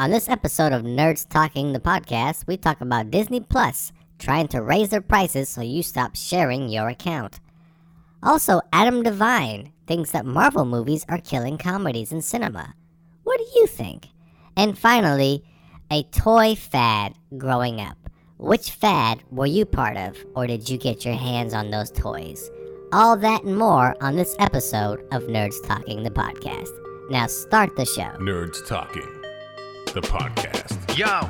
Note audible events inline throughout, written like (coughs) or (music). On this episode of Nerds Talking the Podcast, we talk about Disney Plus trying to raise their prices so you stop sharing your account. Also, Adam Devine thinks that Marvel movies are killing comedies in cinema. What do you think? And finally, a toy fad growing up. Which fad were you part of, or did you get your hands on those toys? All that and more on this episode of Nerds Talking the Podcast. Now start the show. Nerds Talking, the podcast. Yo,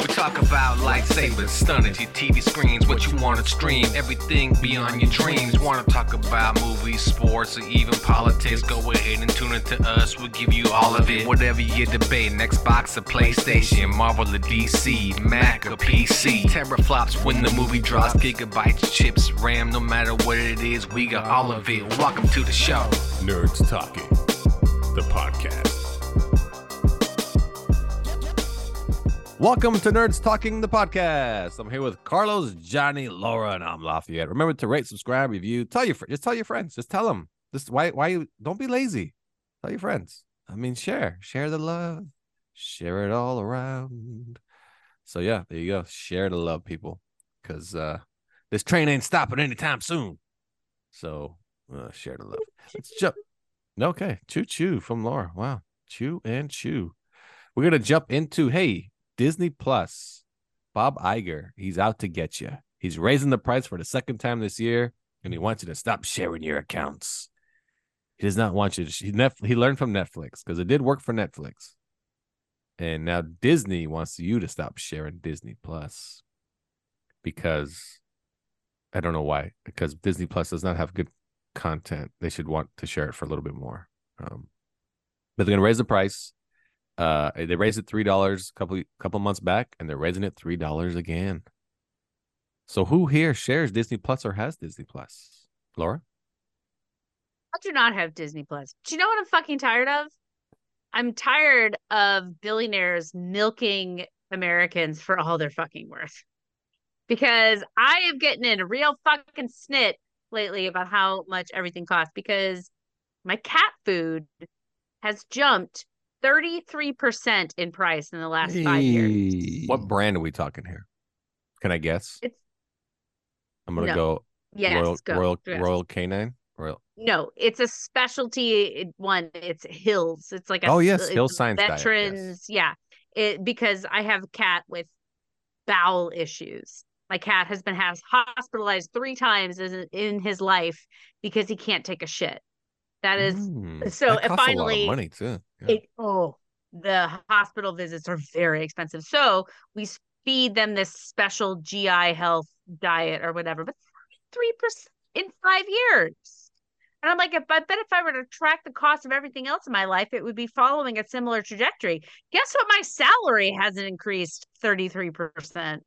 we talk about lightsabers, stunning your TV screens, what you want to stream, everything beyond your dreams. Want to talk about movies, sports, or even politics? Go ahead and tune in to us. We'll give you all of it. Whatever you debate, Xbox or PlayStation, Marvel or DC, Mac or PC. Teraflops when the movie drops, gigabytes, chips, RAM, no matter what it is, we got all of it. Welcome to the show. Nerds Talking, the podcast. Welcome to Nerds Talking the Podcast. I'm here with Carlos, Johnny, Laura, and I'm Lafayette. Remember to rate, subscribe, review. Tell your fr- just tell your friends. Just tell them. Just why why you don't be lazy. Tell your friends. I mean, share, share the love, share it all around. So yeah, there you go. Share the love, people, because uh, this train ain't stopping anytime soon. So uh, share the love. Let's jump. Okay, choo choo from Laura. Wow, chew and chew. We're gonna jump into hey Disney Plus, Bob Iger, he's out to get you. He's raising the price for the second time this year, and he wants you to stop sharing your accounts. He does not want you to. He, Netf- he learned from Netflix because it did work for Netflix, and now Disney wants you to stop sharing Disney Plus because I don't know why. Because Disney Plus does not have good content. They should want to share it for a little bit more. Um, but they're going to raise the price uh they raised it three dollars a couple couple months back and they're raising it three dollars again so who here shares disney plus or has disney plus laura I do not have Disney Plus. Do you know what I'm fucking tired of? I'm tired of billionaires milking Americans for all their fucking worth. Because I am getting in a real fucking snit lately about how much everything costs because my cat food has jumped 33% in price in the last five years. what brand are we talking here can i guess It's- i'm gonna No. go Yes, royal go. royal Yes. royal canine royal No, it's a specialty one. It's Hills. It's like a Oh, yes, it's Hill's Science Diet, yes. veterans. Yeah, it because I have a cat with bowel issues. My cat has been has hospitalized three times in, in his life because he can't take a shit. That is Mm, so that it costs finally- a lot of money too Yeah. it oh the hospital visits are very expensive so we s- feed them this special gi health diet or whatever but 3% in five years and i'm like if i bet if i were to track the cost of everything else in my life it would be following a similar trajectory guess what my salary hasn't increased 33%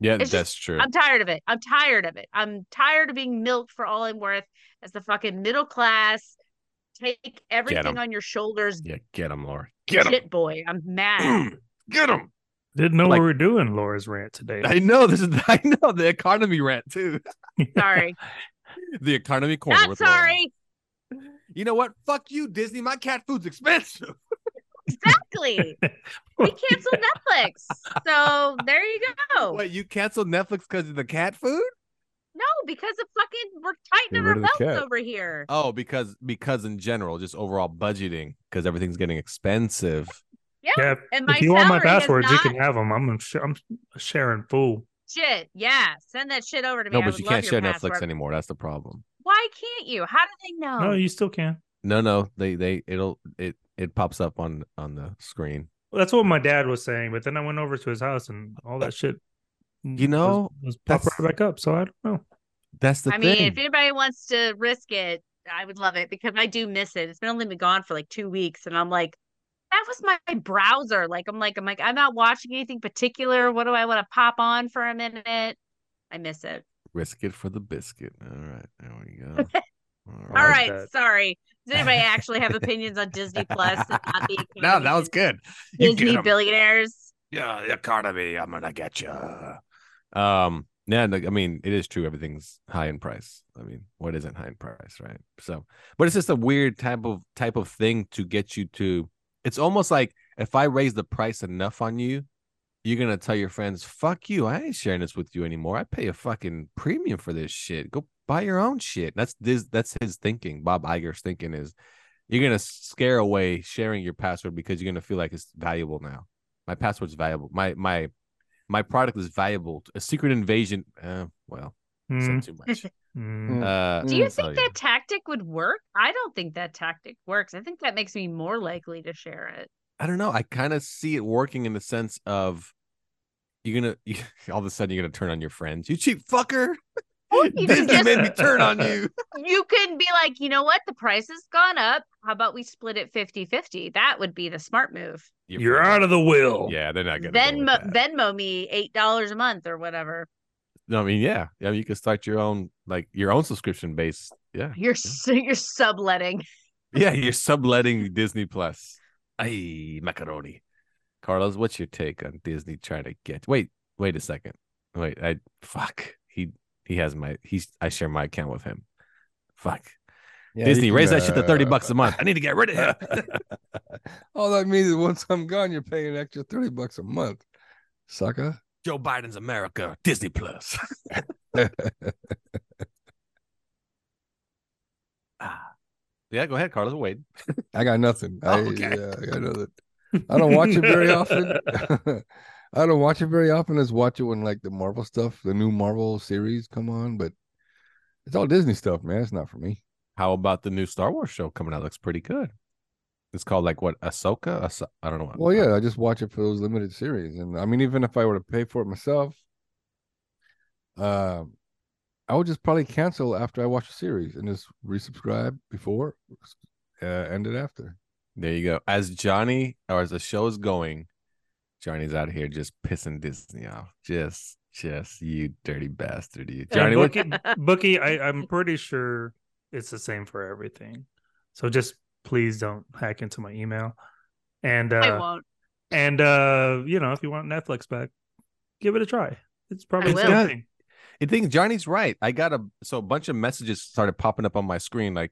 yeah it's just- that's true i'm tired of it i'm tired of it i'm tired of being milked for all i'm worth as the fucking middle class take everything 'em. on your shoulders yeah get him laura Get 'em. shit boy. I'm mad. Get them. Didn't know Like- we were doing Laura's rant today. i know this is (laughs) i know the economy rant too (laughs) (coughs) Sorry. the economy corner Not with Laura. sorry. You know what? Fuck you, Disney. My cat food's expensive. (laughs) Exactly. We canceled Netflix. So there you go. What you canceled Netflix because of the cat food? No, because of fucking we're tightening Get our rid of belts the cat. over here. Oh, because because in general, just overall budgeting, because everything's getting expensive. Yeah. Yeah, if- And my if you want my salary has passwords, you not- can have them. I'm sh- I'm sharing full. Shit. Yeah. Send that shit over to me. no, I but would you love can't your share Netflix password. anymore. That's the problem. Why can't you? How do they know? No, you still can. No, no, they they it'll it it pops up on on the screen. Well, that's what my dad was saying, but then I went over to his house and all that shit. You know, was, was popped that's- right back up. So I don't know. That's the I mean, thing. if anybody wants to risk it, I would love it because I do miss it. It's been only been gone for like two weeks, and I'm like, that was my browser. Like, I'm like, I'm like, I'm not watching anything particular. What do I want to pop on for a minute? I miss it. Risk it for the biscuit. All right, there we (laughs) go. I All like right, that. sorry. Does anybody (laughs) actually have opinions on Disney Plus? and not the no, that economy was and good. You get Disney 'em. billionaires. yeah, the economy, I'm gonna get you. Um, yeah, like, I mean, it is true. Everything's high in price. I mean, what isn't high in price, right? So, but it's just a weird type of type of thing to get you to. It's almost like if I raise the price enough on you, you're gonna tell your friends, "Fuck you! I ain't sharing this with you anymore. I pay a fucking premium for this shit. Go buy your own shit." That's this. That's his thinking. Bob Iger's thinking is, you're gonna scare away sharing your password because you're gonna feel like it's valuable now. My password's valuable. My my my product is valuable. A secret invasion. Uh, well, Mm, said too much. mm. Uh, Do you I'll tell think that tactic would work? I don't think that tactic works. I think that makes me more likely to share it. I don't know. I kind of see it working in the sense of you're gonna (laughs) you, all of a sudden you're gonna turn on your friends. You cheap (laughs) fucker! you Disney just- made me turn on you. You can be like, you know what? The price has gone up. How about we split it 50 50? That would be the smart move. (laughs) You're out of the will. Yeah, they're not gonna. go with Venmo, that. Venmo me $8 a month or whatever. No, I mean, yeah, yeah. You can start your own like your own subscription base. Yeah, You're, s- you're subletting. yeah. You're subletting Disney Plus. Ay, macaroni. Carlos, what's your take on Disney trying to get? Wait, wait a second. Wait, I fuck. He he has my he's I share my account with him. Fuck. Yeah, Disney, you can, raise that shit to 30 uh, bucks a (laughs) month. I need to get rid of him. (laughs) All that means is once I'm gone, you're paying an extra 30 bucks a month, sucker. (laughs) Joe Biden's America, Disney Plus. (laughs) yeah, go ahead, Carlos We'll Wait. I got nothing. I, Oh, Okay. yeah, I got nothing. I don't watch (laughs) it very often. (laughs) I don't watch it very often. I just watch it when like the Marvel stuff, the new Marvel series come on, but it's all Disney stuff, man. It's not for me. How about the new Star Wars show coming out? Looks pretty good. It's called like what Ahsoka? Ahso- I don't know. What, Well, yeah, I just watch it for those limited series, and I mean, even if I were to pay for it myself, um, I would just probably cancel after I watch the series and just resubscribe before, uh, end it after. There you go. As Johnny or as the show is going, Johnny's out here just pissing Disney off. Just, just you dirty bastard, you And Johnny. What, Bookie, Bookie I, I'm pretty sure it's the same for everything. So just please don't hack into my email. And I uh, won't. and uh, you know, if you want Netflix back, give it a try. It's probably the will. same thing. I think Johnny's right. I got a so a bunch of messages started popping up on my screen like,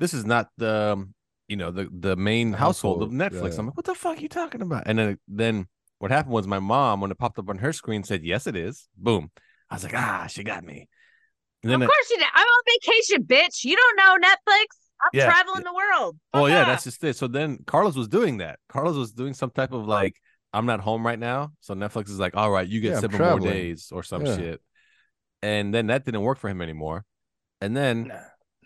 this is not the um, you know the the main household, of Household, Netflix. yeah. I'm like, what the fuck are you talking about? And then then what happened was my mom when it popped up on her screen said, yes, it is. Boom. I was like, ah, she got me. And Of then it- course you did. I'm on vacation, bitch. You don't know Netflix. I'm Yeah. traveling the world. Oh yeah, Fuck that's off. just it. So then Carlos was doing that. Carlos was doing some type of like, I'm not home right now. So Netflix is like, all right, you get Yeah, I'm seven more traveling. days or some Yeah. shit. And then that didn't work for him anymore. And then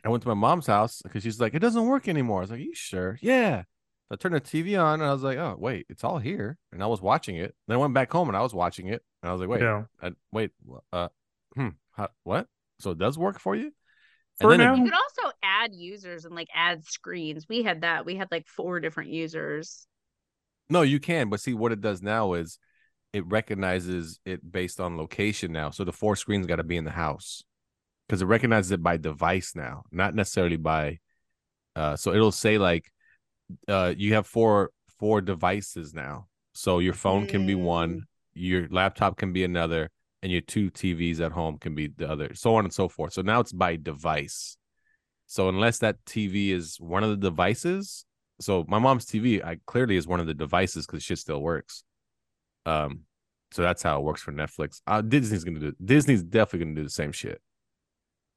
I went to my mom's house because she's like, it doesn't work anymore. I was like, you sure? Yeah. So I turned the TV on and I was like, oh wait, it's all here. And I was watching it. Then I went back home and I was watching it. And I was like, wait, Yeah. I, wait, wh- uh, hmm, how, what? So it does work for you? For then it- now, You could also add users and like add screens. We had that. We had like four different users. No, you can, but see what it does now is it recognizes it based on location now. So the four screens got to be in the house because it recognizes it by device now, not necessarily by. Uh, so it'll say like, uh, you have four four devices now. So your phone can be one, your laptop can be another, and your two TVs at home can be the other, so on and so forth. So now it's by device. So unless that TV is one of the devices, so my mom's TV I clearly is one of the devices because shit still works. Um, so that's how it works for Netflix. Uh, Disney's gonna do Disney's definitely gonna do the same shit.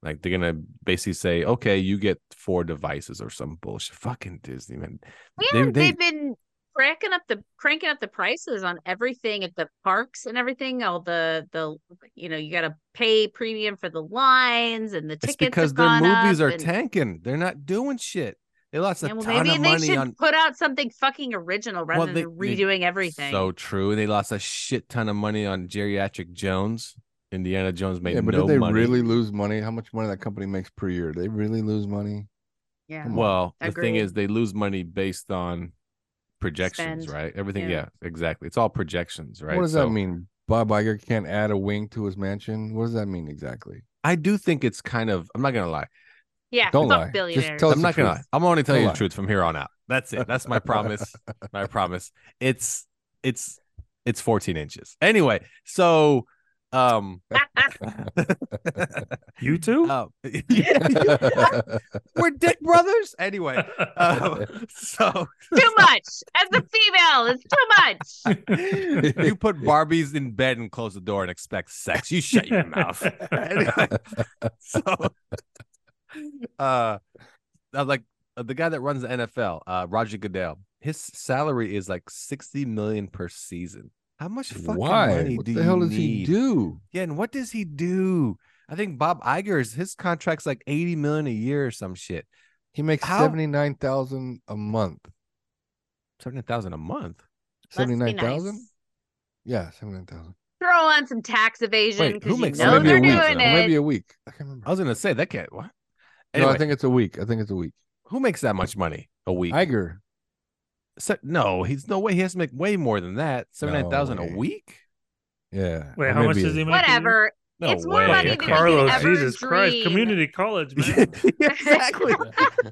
Like they're gonna basically say, okay, you get four devices or some bullshit. Fucking Disney man. They- Yeah, they- they, have been cranking up the cranking up the prices on everything at the parks and everything. All the the you know you got to pay premium for the lines and the tickets. It's because have their gone movies up are and, tanking. They're not doing shit. They lost a and well, ton maybe of they money should on put out something fucking original rather Well, they- than they- redoing everything. So true. They lost a shit ton of money on geriatric Jones. Indiana Jones made yeah, but no did they money. really lose money? How much money that company makes per year? They really lose money. yeah. Come on. Well, the thing Agreed. is, they lose money based on projections, Spend. right? Everything, yeah. Yeah. exactly. It's all projections, right? What does So that mean? Bob Iger can't add a wing to his mansion. What does that mean (laughs) exactly? I do think it's kind of. I'm not gonna lie. yeah. Don't fuck lie. Just billionaires. tell us- I'm the not gonna lie. truth. I'm only telling Don't you lie. the truth from here on out. That's it. That's my (laughs) promise. my promise. It's it's it's 14 inches. Anyway, so (laughs) Um, (laughs) You too? uh, (laughs) (laughs) we're dick brothers (laughs) anyway. Uh, (laughs) so too much. As a female, it's (laughs) too much. (laughs) you put Barbies in bed and close the door and expect sex. You shut your (laughs) mouth. (laughs) Anyway, so, uh, I like uh, the guy that runs the NFL, uh, Roger Goodell. His salary is like sixty million per season. How much fucking Why? money What do the you hell does he need? do? Yeah, and what does he do? I think Bob Iger's his contract's like eighty million a year or some shit. He makes How- seventy nine thousand a month. Seventy thousand a month. Must be Seventy nine thousand? nice. Yeah, seventy nine thousand. Throw on some tax evasion Wait, who because you makes- know maybe they're a week. doing or it. Maybe a week. I can't remember. I was gonna say that can't. What? No, Anyway, I think it's a week. I think it's a week. who makes that much money a week? Iger. Se- no, he's no way. He has to make way more than that. Seventy nine thousand way. a week. Yeah. Wait, or how much maybe does he a- make? a year? Whatever. No It's more way. money Yeah, than you could Carlos, (laughs) ever Jesus Christ, dream. community college, Yeah, man. exactly.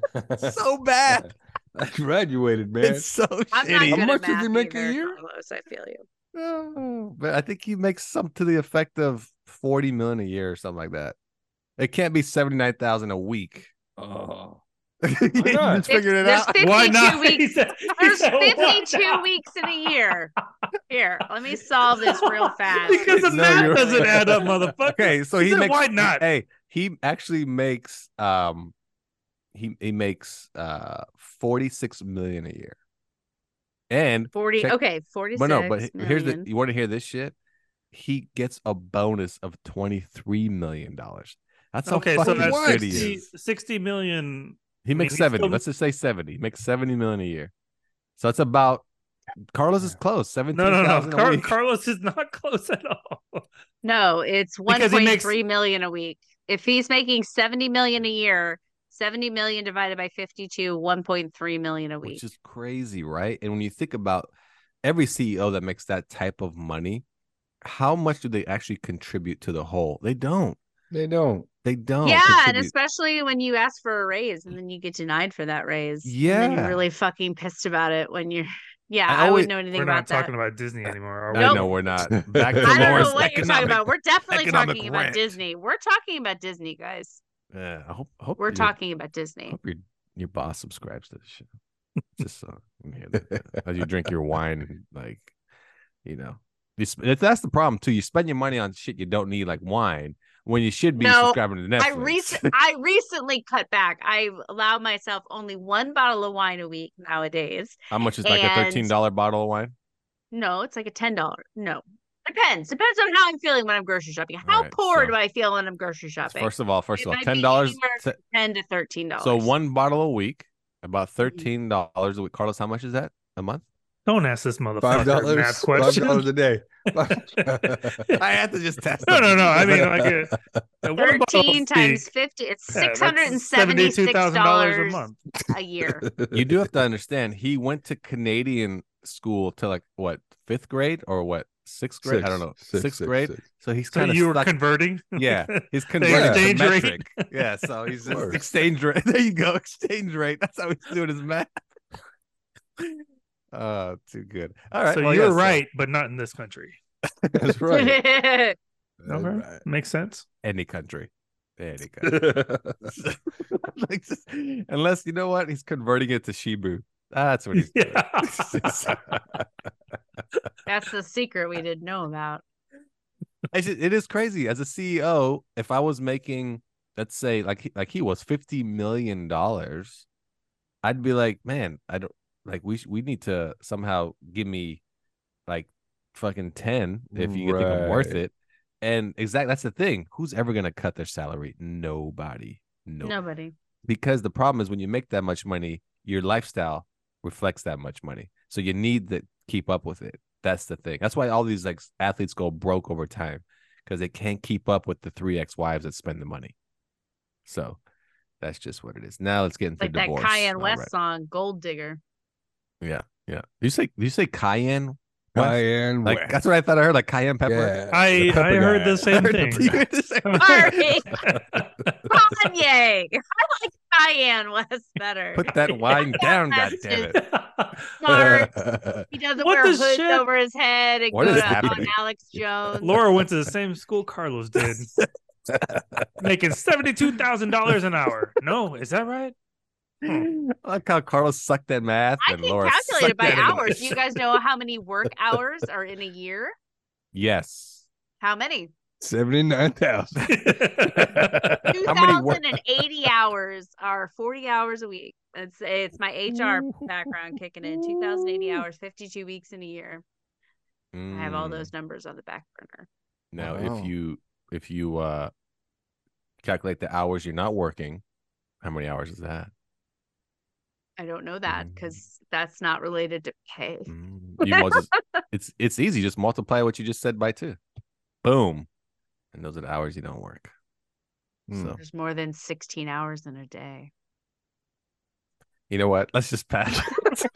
(laughs) so bad. I graduated, man. It's so I'm not shitty. good How at much does he math make a either, year? Carlos, I feel you. Oh, (laughs) but I think he makes some to the effect of forty million a year or something like that. It can't be seventy nine thousand a week. (laughs) Oh. you not? just figured it There's out. 52 Why not? (laughs) He (laughs) weeks. said- he There's said, "Why 52 not?" weeks in a year. Here, let me solve this (laughs) real fast. Because the No, math you're- doesn't (laughs) add up, motherfucker. Okay, so He he said, makes. "Why not?" Hey, he actually makes. Um, he he makes uh forty six million a year, and 40. Check- Okay, 46. But no, but he- here's the million. you want to hear this shit? He gets a bonus of twenty three million dollars. That's how (laughs) Okay, so fucking that's good he 60, is. 60 million. He makes he's seventy. still- Let's just say seventy. He makes seventy million a year. So that's about Carlos is close. Seventeen No, no, no. thousand a Car- week. Carlos is not (laughs) close at all. No, it's Because he 1.3 makes- million a week. If he's making 70 million a year, 70 million divided by 52, 1.3 million a week. which is crazy, right? And when you think about every CEO that makes that type of money, how much do they actually contribute to the whole? They don't. They don't. They don't. yeah, and contribute. especially when you ask for a raise and then you get denied for that raise. And then Yeah. you're really fucking pissed about it when you're (laughs) Yeah, I I, always- wouldn't know anything We're about not that. talking about Disney anymore, are we? I know we're not. Back to I don't know Laura's what you're talking economic about. We're definitely economic talking about rant. Disney. We're talking about Disney, guys. Yeah, I hope, I hope We're your- talking about I Disney. hope your your boss subscribes to this show. Just so I can hear that. as you drink your wine, like you know, you sp- that- that's the problem too. You spend your money on shit you don't need, like wine, when you should be No, subscribing to Netflix. (laughs) I recent I recently cut back. I allow myself only one bottle of wine a week nowadays. How much is like a and- thirteen dollar bottle of wine? No, it's like a ten dollar. No, depends. Depends on how I'm feeling when I'm grocery shopping. How Alright, poor so- do I feel when I'm grocery shopping? First of all, first of It all, might be ten dollars. anywhere ten to thirteen dollars. So one bottle a week, Mm-hmm. about thirteen dollars a week. Carlos, how much is that a month? Don't ask this motherfucker Five dollars. math Five question. (laughs) dollars (laughs) a day. I had to just test. no, it. no, no. I mean, like uh, a, a one bottle thirteen of times steak, fifty. It's yeah, six that's hundred and seventy-six $72,000 dollars a month. a year. (laughs) you do have to understand he went to Canadian school to like what fifth grade or what sixth grade? I don't know Six, sixth six, grade. six. So he's So kind of you were stuck. converting? yeah, (laughs) he's Yeah. converted to exchange rate. metric. (laughs) Yeah, so he's Of just course. exchange rate. (laughs) There you go, exchange rate. That's how he's doing his math. (laughs) Oh, too good. All right, so well, uh, you're yeah, so- right, but not in this country. (laughs) That's right. That's Okay. right. Makes (laughs) sense. Any country, any country. (laughs) Like, just- unless you know what, he's converting it to Shibu. That's what he's doing. (laughs) Yeah. That's the secret we didn't know about. it's just- it is crazy as a CEO. If I was making, let's say, like he- like he was fifty million dollars, I'd be like, man, I don't like we sh- we need to somehow give me like fucking ten if you think I'm worth Right. it. And exactly that's the thing. Who's ever gonna cut their salary? Nobody. Nobody. Nobody. Because the problem is when you make that much money, your lifestyle reflects that much money. So you need to keep up with it. That's the thing. That's why all these like athletes go broke over time because they can't keep up with the three ex-wives that spend the money. So that's just what it is. Now let's get into Like that divorce. Cayenne All West right. song, (laughs) Gold Digger. Yeah. You say you say Cayenne West? Cayenne Like West. that's what I thought I heard, like cayenne pepper. Yeah. (laughs) I, The I pepper (laughs) heard guy. the (laughs) same Do you thing. hear the same- Sorry. Kanye. I like Cayenne was better. Put that (laughs) wine down, That's goddammit. it! just- (laughs) Sorry, he doesn't wear What the hoods shit? over his head and What go is to on happening? (laughs) Alex Jones. (laughs) Laura went to the same school Carlos did, making seventy-two thousand dollars an hour. No, is (laughs) that right? I like how Carlos sucked at math Hmm. I and can Laura calculate it sucked by at hours. English. Do you guys know how many work hours are in a year? (laughs) Yes. How many? Seventy nine (laughs) (laughs) (laughs) (laughs) thousand. How many work? 2,080 hours are 40 hours a week. It's it's my HR background kicking in. 2,080 hours, 52 weeks in a year. I have all Mm. those numbers on the back burner. Now, Wow. Oh. if you if you uh calculate the hours you're not working, how many hours is that? I don't know that because that's not related to pay. Mm, You mul- (laughs) just, it's it's easy. Just multiply what you just said by two. Boom, and those are the hours you don't work. So Hmm. There's more than 16 hours in a day. you know what? Let's just (laughs) pass. That's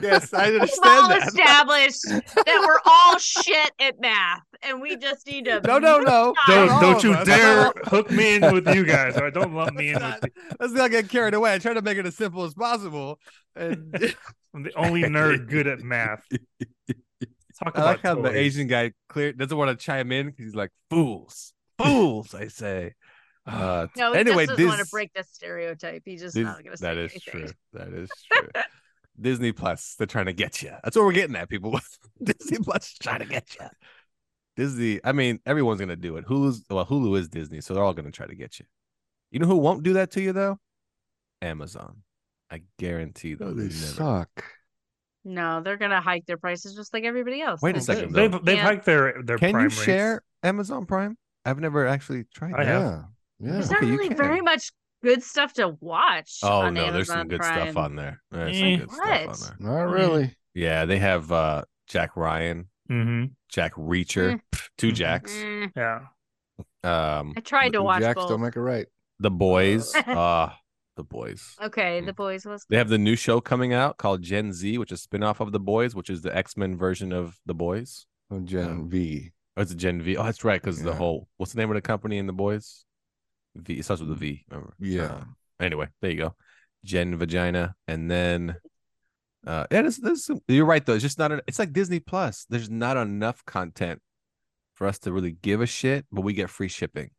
yes, (laughs) I We've all established that we're all shit at math, and we just need to (laughs) No, no, (laughs) no! Don't Not all don't of you us. dare hook me in with you guys. Or don't lump me in Let's with Oh, not, let's not get carried away. I try to make it as simple as possible. And (laughs) I'm the only nerd good at math. I Talk about like how the toys. Asian guy clear doesn't want to chime in because he's like fools, fools. I say. Uh, No, he anyway, just doesn't this, want to break the stereotype. He's just Dis- not going to say that is anything. true. That is true. Disney Plus, they're trying to get you. That's what we're getting at, people. (laughs) Disney Plus is trying to get you. Disney, I mean, everyone's gonna do it. Hulu's well, Hulu is Disney, so they're all gonna try to get you. You know who won't do that to you though? Amazon. I guarantee Oh, those they suck. No, they're going to hike their prices just like everybody else. Wait a Like, second, though. They've they've Yeah. hiked their their Can prime you rates. share Amazon Prime? I've never actually tried. I that. have. Yeah. There's Yeah. not Okay, you really can. very much good stuff to watch. Oh on no, there's some Amazon good stuff Prime. on there. There's Eh. some good stuff on What? there. Not really. Yeah, they have uh Jack Ryan, hmm Jack Reacher, two Mhm. Jacks. Mm, Yeah. Um I tried to Little watch Jacks both. don't make it right. The (laughs) Boys. uh The Boys. Okay, The Mm. Boys was. They have the new show coming out called Gen Z, which is a spin-off of The Boys, which is the X-Men version of The Boys. Oh, Gen V. Oh, it's Gen V. Oh, that's right, because the Yeah. whole what's the name of the company in The Boys? V. It starts with a V. Remember? Yeah. Um, anyway, there you go. Gen Vagina, and then. Uh, yeah, this, this, you're right though. It's just not. An, it's like Disney Plus. There's not enough content for us to really give a shit, but we get free shipping.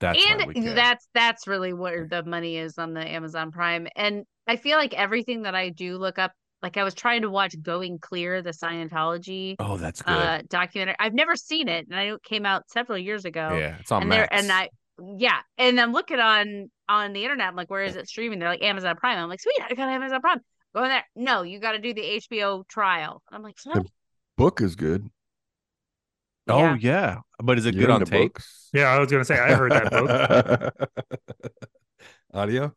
That's why we and care. that's that's really where the money is on the Amazon Prime. And I feel like everything that I do look up, like I was trying to watch Going Clear, the Scientology Oh, that's good. uh, documentary. I've never seen it, and I know it came out several years ago. yeah, it's on and Max. there and I yeah, and I'm looking on on the internet. I'm like, where is it streaming? They're like Amazon Prime. I'm like, sweet, I got Amazon Prime. Go in there. No, you got to do the HBO trial. And I'm like, The- Book is good. oh yeah. yeah. but is it You're good on into tape? Books? Yeah, I was gonna say I heard that book. (laughs) Audio.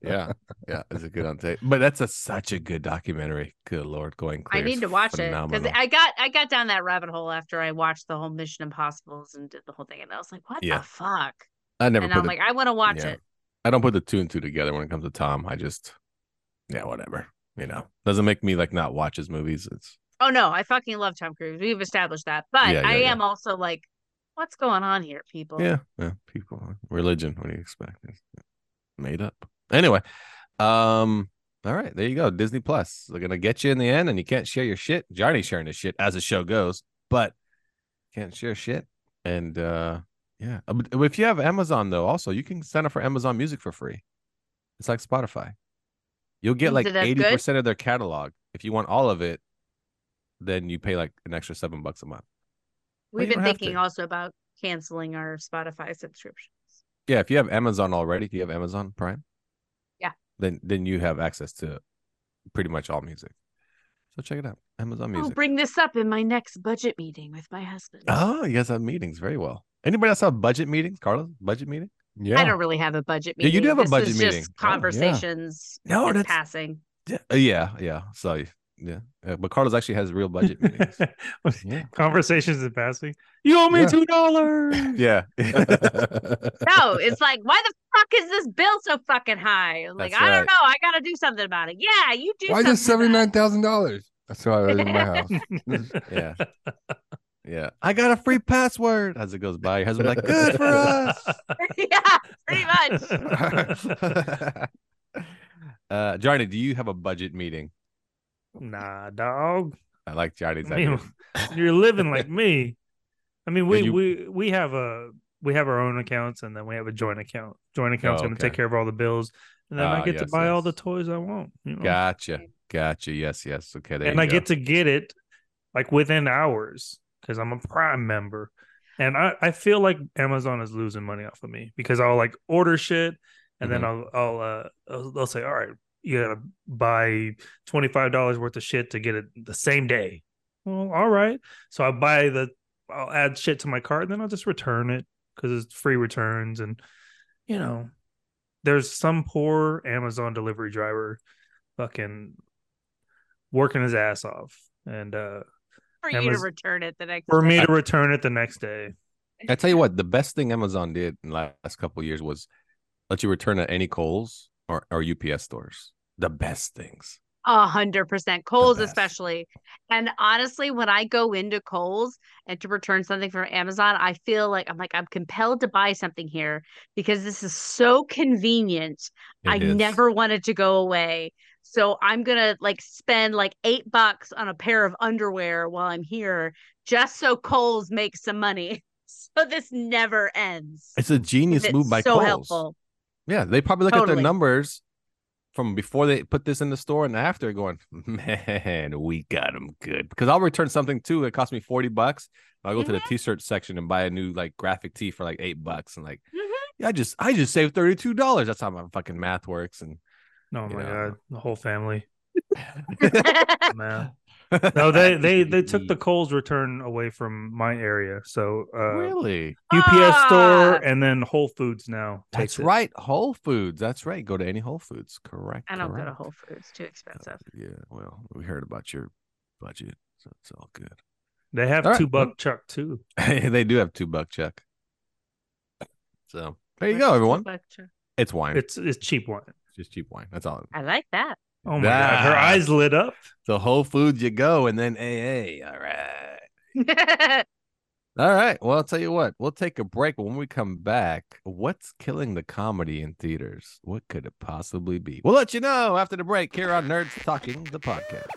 Yeah, yeah, is it good on tape? But that's a such a good documentary. Good lord, going I clear. need to watch it because I got I got down that rabbit hole after I watched the whole Mission Impossibles and did the whole thing, and I was like, what Yeah. the fuck? I never And put I'm the, like, I want to watch yeah. it. I don't put the two and two together when it comes to Tom. I just yeah, whatever. You know, doesn't make me like not watch his movies. It's Oh no, I fucking love Tom Cruise. We've established that, but Yeah, yeah, I yeah. am also like, what's going on here, people? yeah, yeah, people, religion. What do you expect? It's made up. Anyway, um, all right, there you go. Disney Plus. They're gonna get you in the end, and you can't share your shit. Johnny's sharing his shit as the show goes, but can't share shit. And uh, yeah, Uh, but if you have Amazon though, also you can sign up for Amazon Music for free. It's like Spotify. You'll get Is like it that eighty good? percent of their catalog. If you want all of it, then you pay like an extra seven bucks a month. Well, We've you been don't have thinking to. also about canceling our Spotify subscriptions. Yeah, if you have Amazon already, do you have Amazon Prime? Yeah. Then then you have access to pretty much all music. So check it out. Amazon I'll Music. Oh, bring this up in my next budget meeting with my husband. oh, you guys have meetings. Very well. Anybody else have budget meetings? Carlos, budget meeting? Yeah. I don't really have a budget Yeah, meeting. you do have a This budget is meeting. Just Oh, yeah. conversations. No, in that's- passing. Yeah, uh, yeah. yeah. So yeah. Uh, but Carlos actually has real (laughs) budget meetings. (laughs) (laughs) yeah. Conversations in passing. You owe me Yeah. (laughs) two dollars. Yeah. (laughs) No, it's like, why the fuck is this bill so fucking high? Like, That's I right. don't know. I gotta do something about it. Yeah, you do. Why is it something seventy about (laughs) nine thousand dollars? That's how it is in my house. yeah. Yeah. I got a free password as it goes by. Your husband's like, good (laughs) for us. (laughs) yeah, pretty much. (laughs) uh, Johnny, do you have a budget meeting? Nah, dog. I like Johnny's (laughs) I mean, idea. You're living like me. I mean, we you- we we have a we have our own accounts, and then we have a joint account. Joint account's going to Oh, okay. take care of all the bills, and then Ah, I get to yes, buy all the yes. toys I want. You know? Gotcha. Gotcha. Yes, yes. Okay. There and you I go. get to get it like within hours because I'm a Prime member. And I, I feel like Amazon is losing money off of me because I'll like order shit and then I'll I'll uh I'll, they'll say all right you gotta buy twenty five dollars worth of shit to get it the same day. Well, all right. So I buy the I'll add shit to my cart and then I'll just return it because it's free returns and you know there's some poor Amazon delivery driver fucking working his ass off and uh For That you to was- return it the next for me day. to return it the next day. I tell you what, the best thing Amazon did in the last couple of years was let you return at any Kohl's or, or UPS stores. The best things. A hundred percent. Kohl's best. especially. And honestly, when I go into Kohl's and to return something from Amazon, I feel like I'm like, I'm compelled to buy something here because this is so convenient. It I is. never wanted to go away. So I'm gonna like spend like eight bucks on a pair of underwear while I'm here, just so Coles makes some money. (laughs) So this never ends. It's a genius It's move by so Kohl's. helpful. (laughs) Yeah, they probably look at their Totally. numbers from before they put this in the store and after going, man, we got them good. Because I'll return something too. It cost me 40 bucks. I'll go to Mm-hmm. the t-shirt section and buy a new like graphic tee for like eight bucks. And like, Mhm. yeah, I just I just saved $32. That's how my fucking math works. And Oh my Yeah. god, the whole family. Man. (laughs) No, (laughs) they they they took the Coles return away from my area. So uh really (laughs) UPS Ah! store and then Whole Foods now. That's takes it. right. Whole Foods. That's right. Go to any Whole Foods. Correct. I don't go to correct. Whole Foods, too Uh, expensive. yeah. Well, we heard about your budget, so it's all good. They have All right. Mm-hmm. two buck chuck too. (laughs) they do have two buck chuck. So there you go, everyone. But, uh, It's wine. It's It's it's cheap wine. just cheap wine. That's all. I like that. (laughs) Oh my god, her Ah. eyes lit up. So Whole Foods, you go, and then AA. All right. All right. Well, I'll tell you what. We'll take a break. When we come back, what's killing the comedy in theaters? What could it possibly be? We'll let you know after the break here on Nerds Talking the podcast.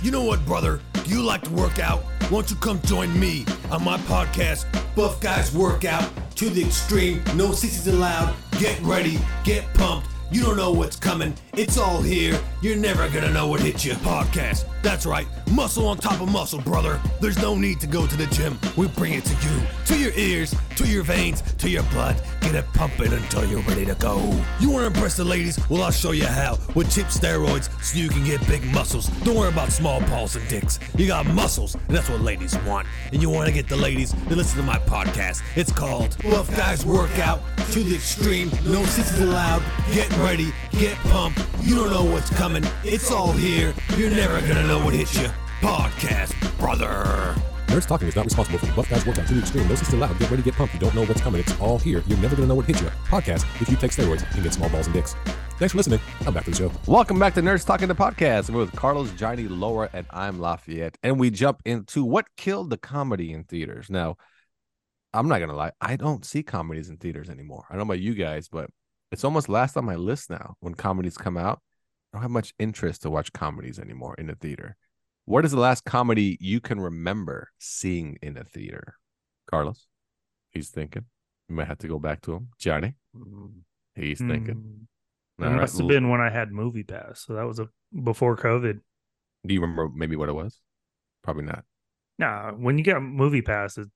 You know what, brother? Do you like to work out? Won't you come join me on my podcast, Buff Guys Workout to the Extreme? No sissies allowed. Get ready, get pumped. You don't know what's coming. It's all here. You're never gonna know what hits you. Podcast. That's right. Muscle on top of muscle, brother. There's no need to go to the gym. We bring it to you, to your ears, to your veins, to your blood. Get it pumping until you're ready to go. You want to impress the ladies? Well, I'll show you how with cheap steroids so you can get big muscles. Don't worry about small paws and dicks. You got muscles, and that's what ladies want. And you want to get the ladies to listen to my podcast. It's called Buff Guys Workout to the Extreme. No sissies allowed. Get ready, get pumped. You don't know what's coming. It's all here. You're never going to know what hits you. Podcast, brother. Nerds Talking is not responsible for the Buff Guys workout to the extreme. No system allowed. Get ready, get pumped. You don't know what's coming. It's all here. You're never gonna know what hit you. Podcast if you take steroids and get small balls and dicks. Thanks for listening. Now back to the show. Welcome back to Nerds Talking the Podcast. We're with Carlos, Johnny, Laura, and I'm Lafayette. And we jump into what killed the comedy in theaters. Now, I'm not going to lie, I don't see comedies in theaters anymore. I don't know about you guys, but it's almost last on my list now when comedies come out. I don't have much interest to watch comedies anymore in the theater. What is the last comedy you can remember seeing in a theater? Carlos, he's thinking. You might have to go back to him. Johnny, he's Mm-hmm. thinking. Mm. All It right. must have been when I had movie pass. So that was a before COVID. Do you remember maybe what it was? Probably not. Nah, when you get movie pass, it,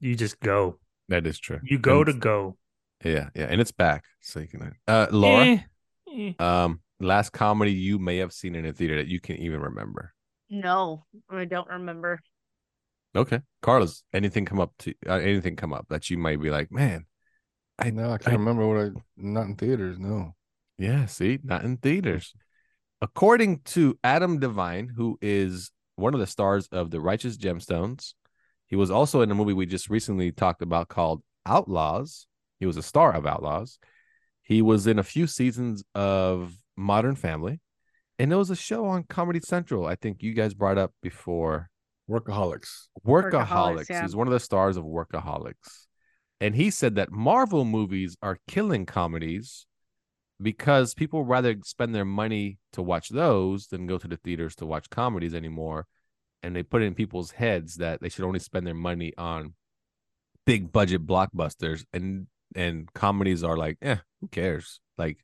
you just go. That is true. You go And to go. it's- yeah, yeah, and it's back, so you can. Uh, Laura, Eh, eh. um, last comedy you may have seen in a theater that you can even remember. no, I don't remember. Okay, Carlos, anything come up to uh, anything come up that you might be like, man, I- no, I can't I- remember what I not in theaters. No, yeah, see, not in theaters. According to Adam Devine, who is one of the stars of The Righteous Gemstones, he was also in a movie we just recently talked about called Outlaws. He was a star of Outlaws. He was in a few seasons of Modern Family. And there was a show on Comedy Central, I think you guys brought up before Workaholics. Workaholics. Workaholics, yeah. He's one of the stars of Workaholics. And he said that Marvel movies are killing comedies because people rather spend their money to watch those than go to the theaters to watch comedies anymore. And they put it in people's heads that they should only spend their money on big budget blockbusters and and comedies are like, eh, who cares? Like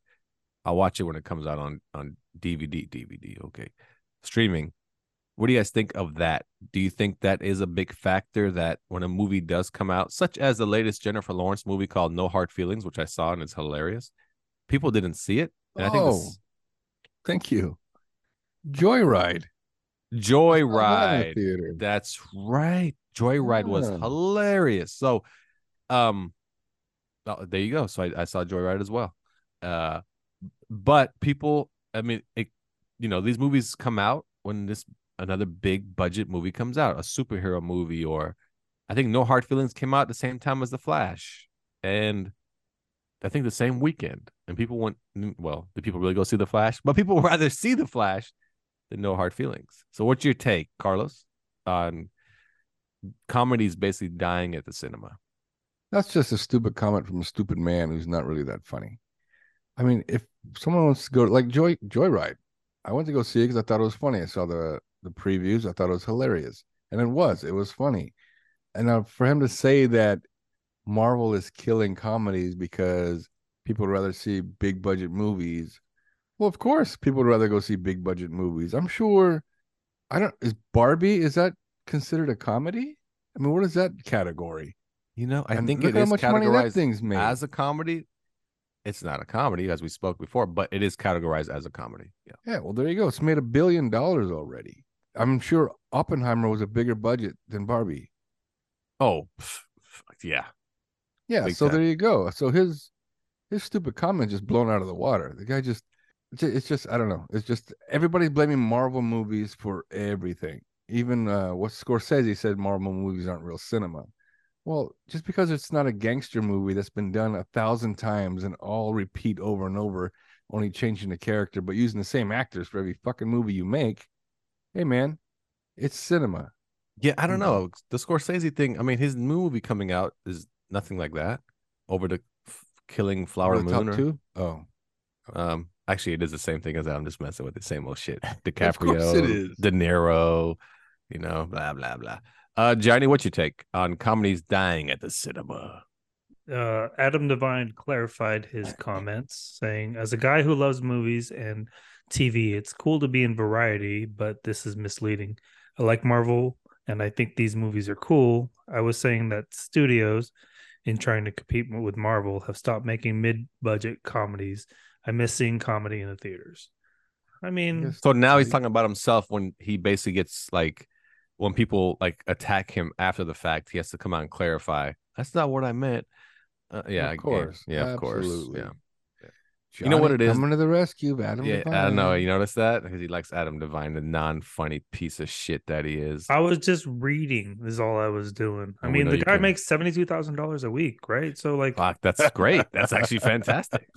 I'll watch it when it comes out on on DVD, DVD, okay. Streaming. What do you guys think of that? Do you think that is a big factor that when a movie does come out, such as the latest Jennifer Lawrence movie called No Hard Feelings, which I saw and it's hilarious, people didn't see it. And I think Oh, this thank you. Joyride. Joyride. Theater. That's right. Joyride was Yeah. hilarious. So, um, oh, there you go. So I, I saw Joyride as well. Uh, but people, I mean, it, you know, these movies come out when this another big budget movie comes out, a superhero movie, or I think No Hard Feelings came out at the same time as The Flash, and I think the same weekend. And people went, well, did people really go see The Flash? But people (laughs) rather see The Flash than No Hard Feelings. So, what's your take, Carlos? on comedies basically dying at the cinema. That's just a stupid comment from a stupid man who's not really that funny. I mean, if someone wants to go like Joy Joyride, I went to go see it because I thought it was funny. I saw the the previews, I thought it was hilarious, and it was. It was funny. And uh, for him to say that Marvel is killing comedies because people would rather see big budget movies, well, of course, people would rather go see big budget movies. I'm sure. I don't. Is Barbie is that considered a comedy? I mean, what is that category? You know, I And think look it how is much money that categorized thing's made. as a comedy. It's not a comedy, as we spoke before, but it is categorized as a comedy. Yeah. yeah, well, there you go. It's made a billion dollars already. I'm sure Oppenheimer was a bigger budget than Barbie. Oh, pff, pff, yeah. Yeah, Big so time. there you go. So his his stupid comment just blown out of the water. The guy just it's ju- it's just I don't know. It's just everybody's blaming Marvel movies for everything. Even uh what Scorsese said Marvel movies aren't real cinema. Well, just because it's not a gangster movie that's been done a thousand times and all repeat over and over, only changing the character but using the same actors for every fucking movie you make, hey man, it's cinema. Yeah, I don't Mhm. know. The Scorsese thing, I mean, his new movie coming out is nothing like that. Over the f- Killing Flower Over the Moon. top or- two? Oh. Um, actually, it is the same thing as that. I'm just messing with the same old (laughs) shit. course DiCaprio, it is. De Niro, you know, blah blah blah. Uh, Johnny, what's your take on comedies dying at the cinema? uh, Adam Devine clarified his comments, saying, "As a guy who loves movies and TV, it's cool to be in variety, but this is misleading. I like Marvel, and I think these movies are cool. I was saying that studios, in trying to compete with Marvel, have stopped making mid-budget comedies. I miss seeing comedy in the theaters. I mean, Yes. So now he's Right. talking about himself when he basically gets like when people like attack him after the fact, he has to come out and clarify. That's not what I meant. Uh, yeah, I- yeah, of course. yeah, of Absolutely. course, yeah. You know what Johnny it is? Coming to the rescue, Adam. yeah, I don't know. Devine. You notice that because he likes Adam Devine, the non-funny piece of shit that he is. I was just reading. Is all I was doing. I And we mean, know the you guy can- makes seventy-two thousand dollars a week, right? So like." Fuck, that's (laughs) great. That's actually fantastic.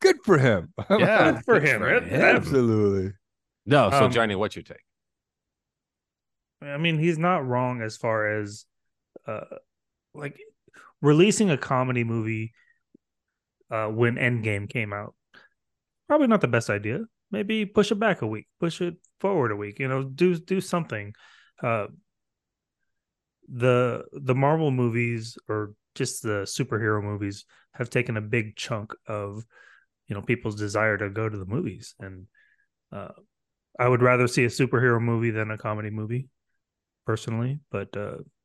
Good for him. (laughs) Yeah, for good him, for right? him. Absolutely. No, so Um, Johnny, what's your take? I mean, he's not wrong as far as uh like releasing a comedy movie uh when Endgame came out. Probably not the best idea. Maybe push it back a week, push it forward a week, you know, do do something. Uh the the Marvel movies or just the superhero movies have taken a big chunk of you know people's desire to go to the movies and uh I would rather see a superhero movie than a comedy movie, personally. But uh, you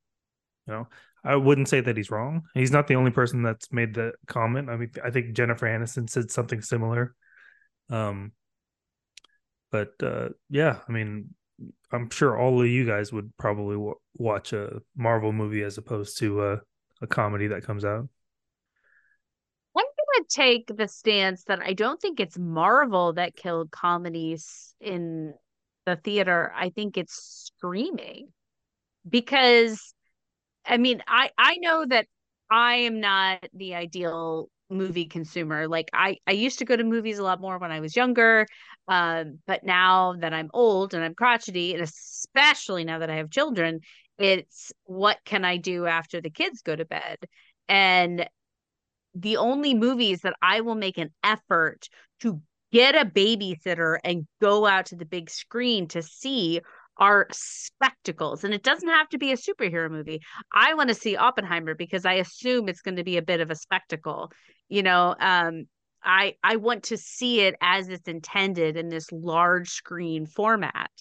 know, I wouldn't say that he's wrong. He's not the only person that's made the comment. I mean, I think Jennifer Aniston said something similar. Um, but uh, yeah, I mean, I'm sure all of you guys would probably w- watch a Marvel movie as opposed to uh, a comedy that comes out. I'm gonna take the stance that I don't think it's Marvel that killed comedies in the theater. I think it's streaming because I mean I I know that I am not the ideal movie consumer. Like I I used to go to movies a lot more when I was younger. Um, but now that I'm old and I'm crotchety, and especially now that I have children, it's what can I do after the kids go to bed? And the only movies that I will make an effort to get a babysitter and go out to the big screen to see are spectacles. And it doesn't have to be a superhero movie. I want to see Oppenheimer because I assume it's going to be a bit of a spectacle. You know, um, I I want to see it as it's intended in this large screen format.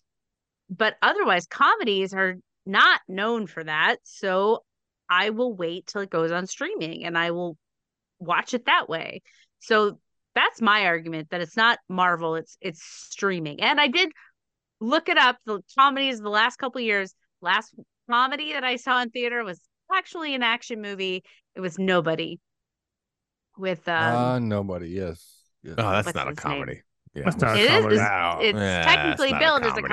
But otherwise, comedies are not known for that. So I will wait till it goes on streaming and I will watch it that way. So that's my argument that it's not Marvel, it's it's streaming. And I did look it up. The comedies of the last couple years, last comedy that I saw in theater was actually an action movie. It was Nobody with um Ah, nobody. Yes. yes. (laughs) Oh, that's What's not a his name? comedy. Yeah, That's not a It is- comedy. it's- No. it's Yeah, it's technically not a billed as a comedy,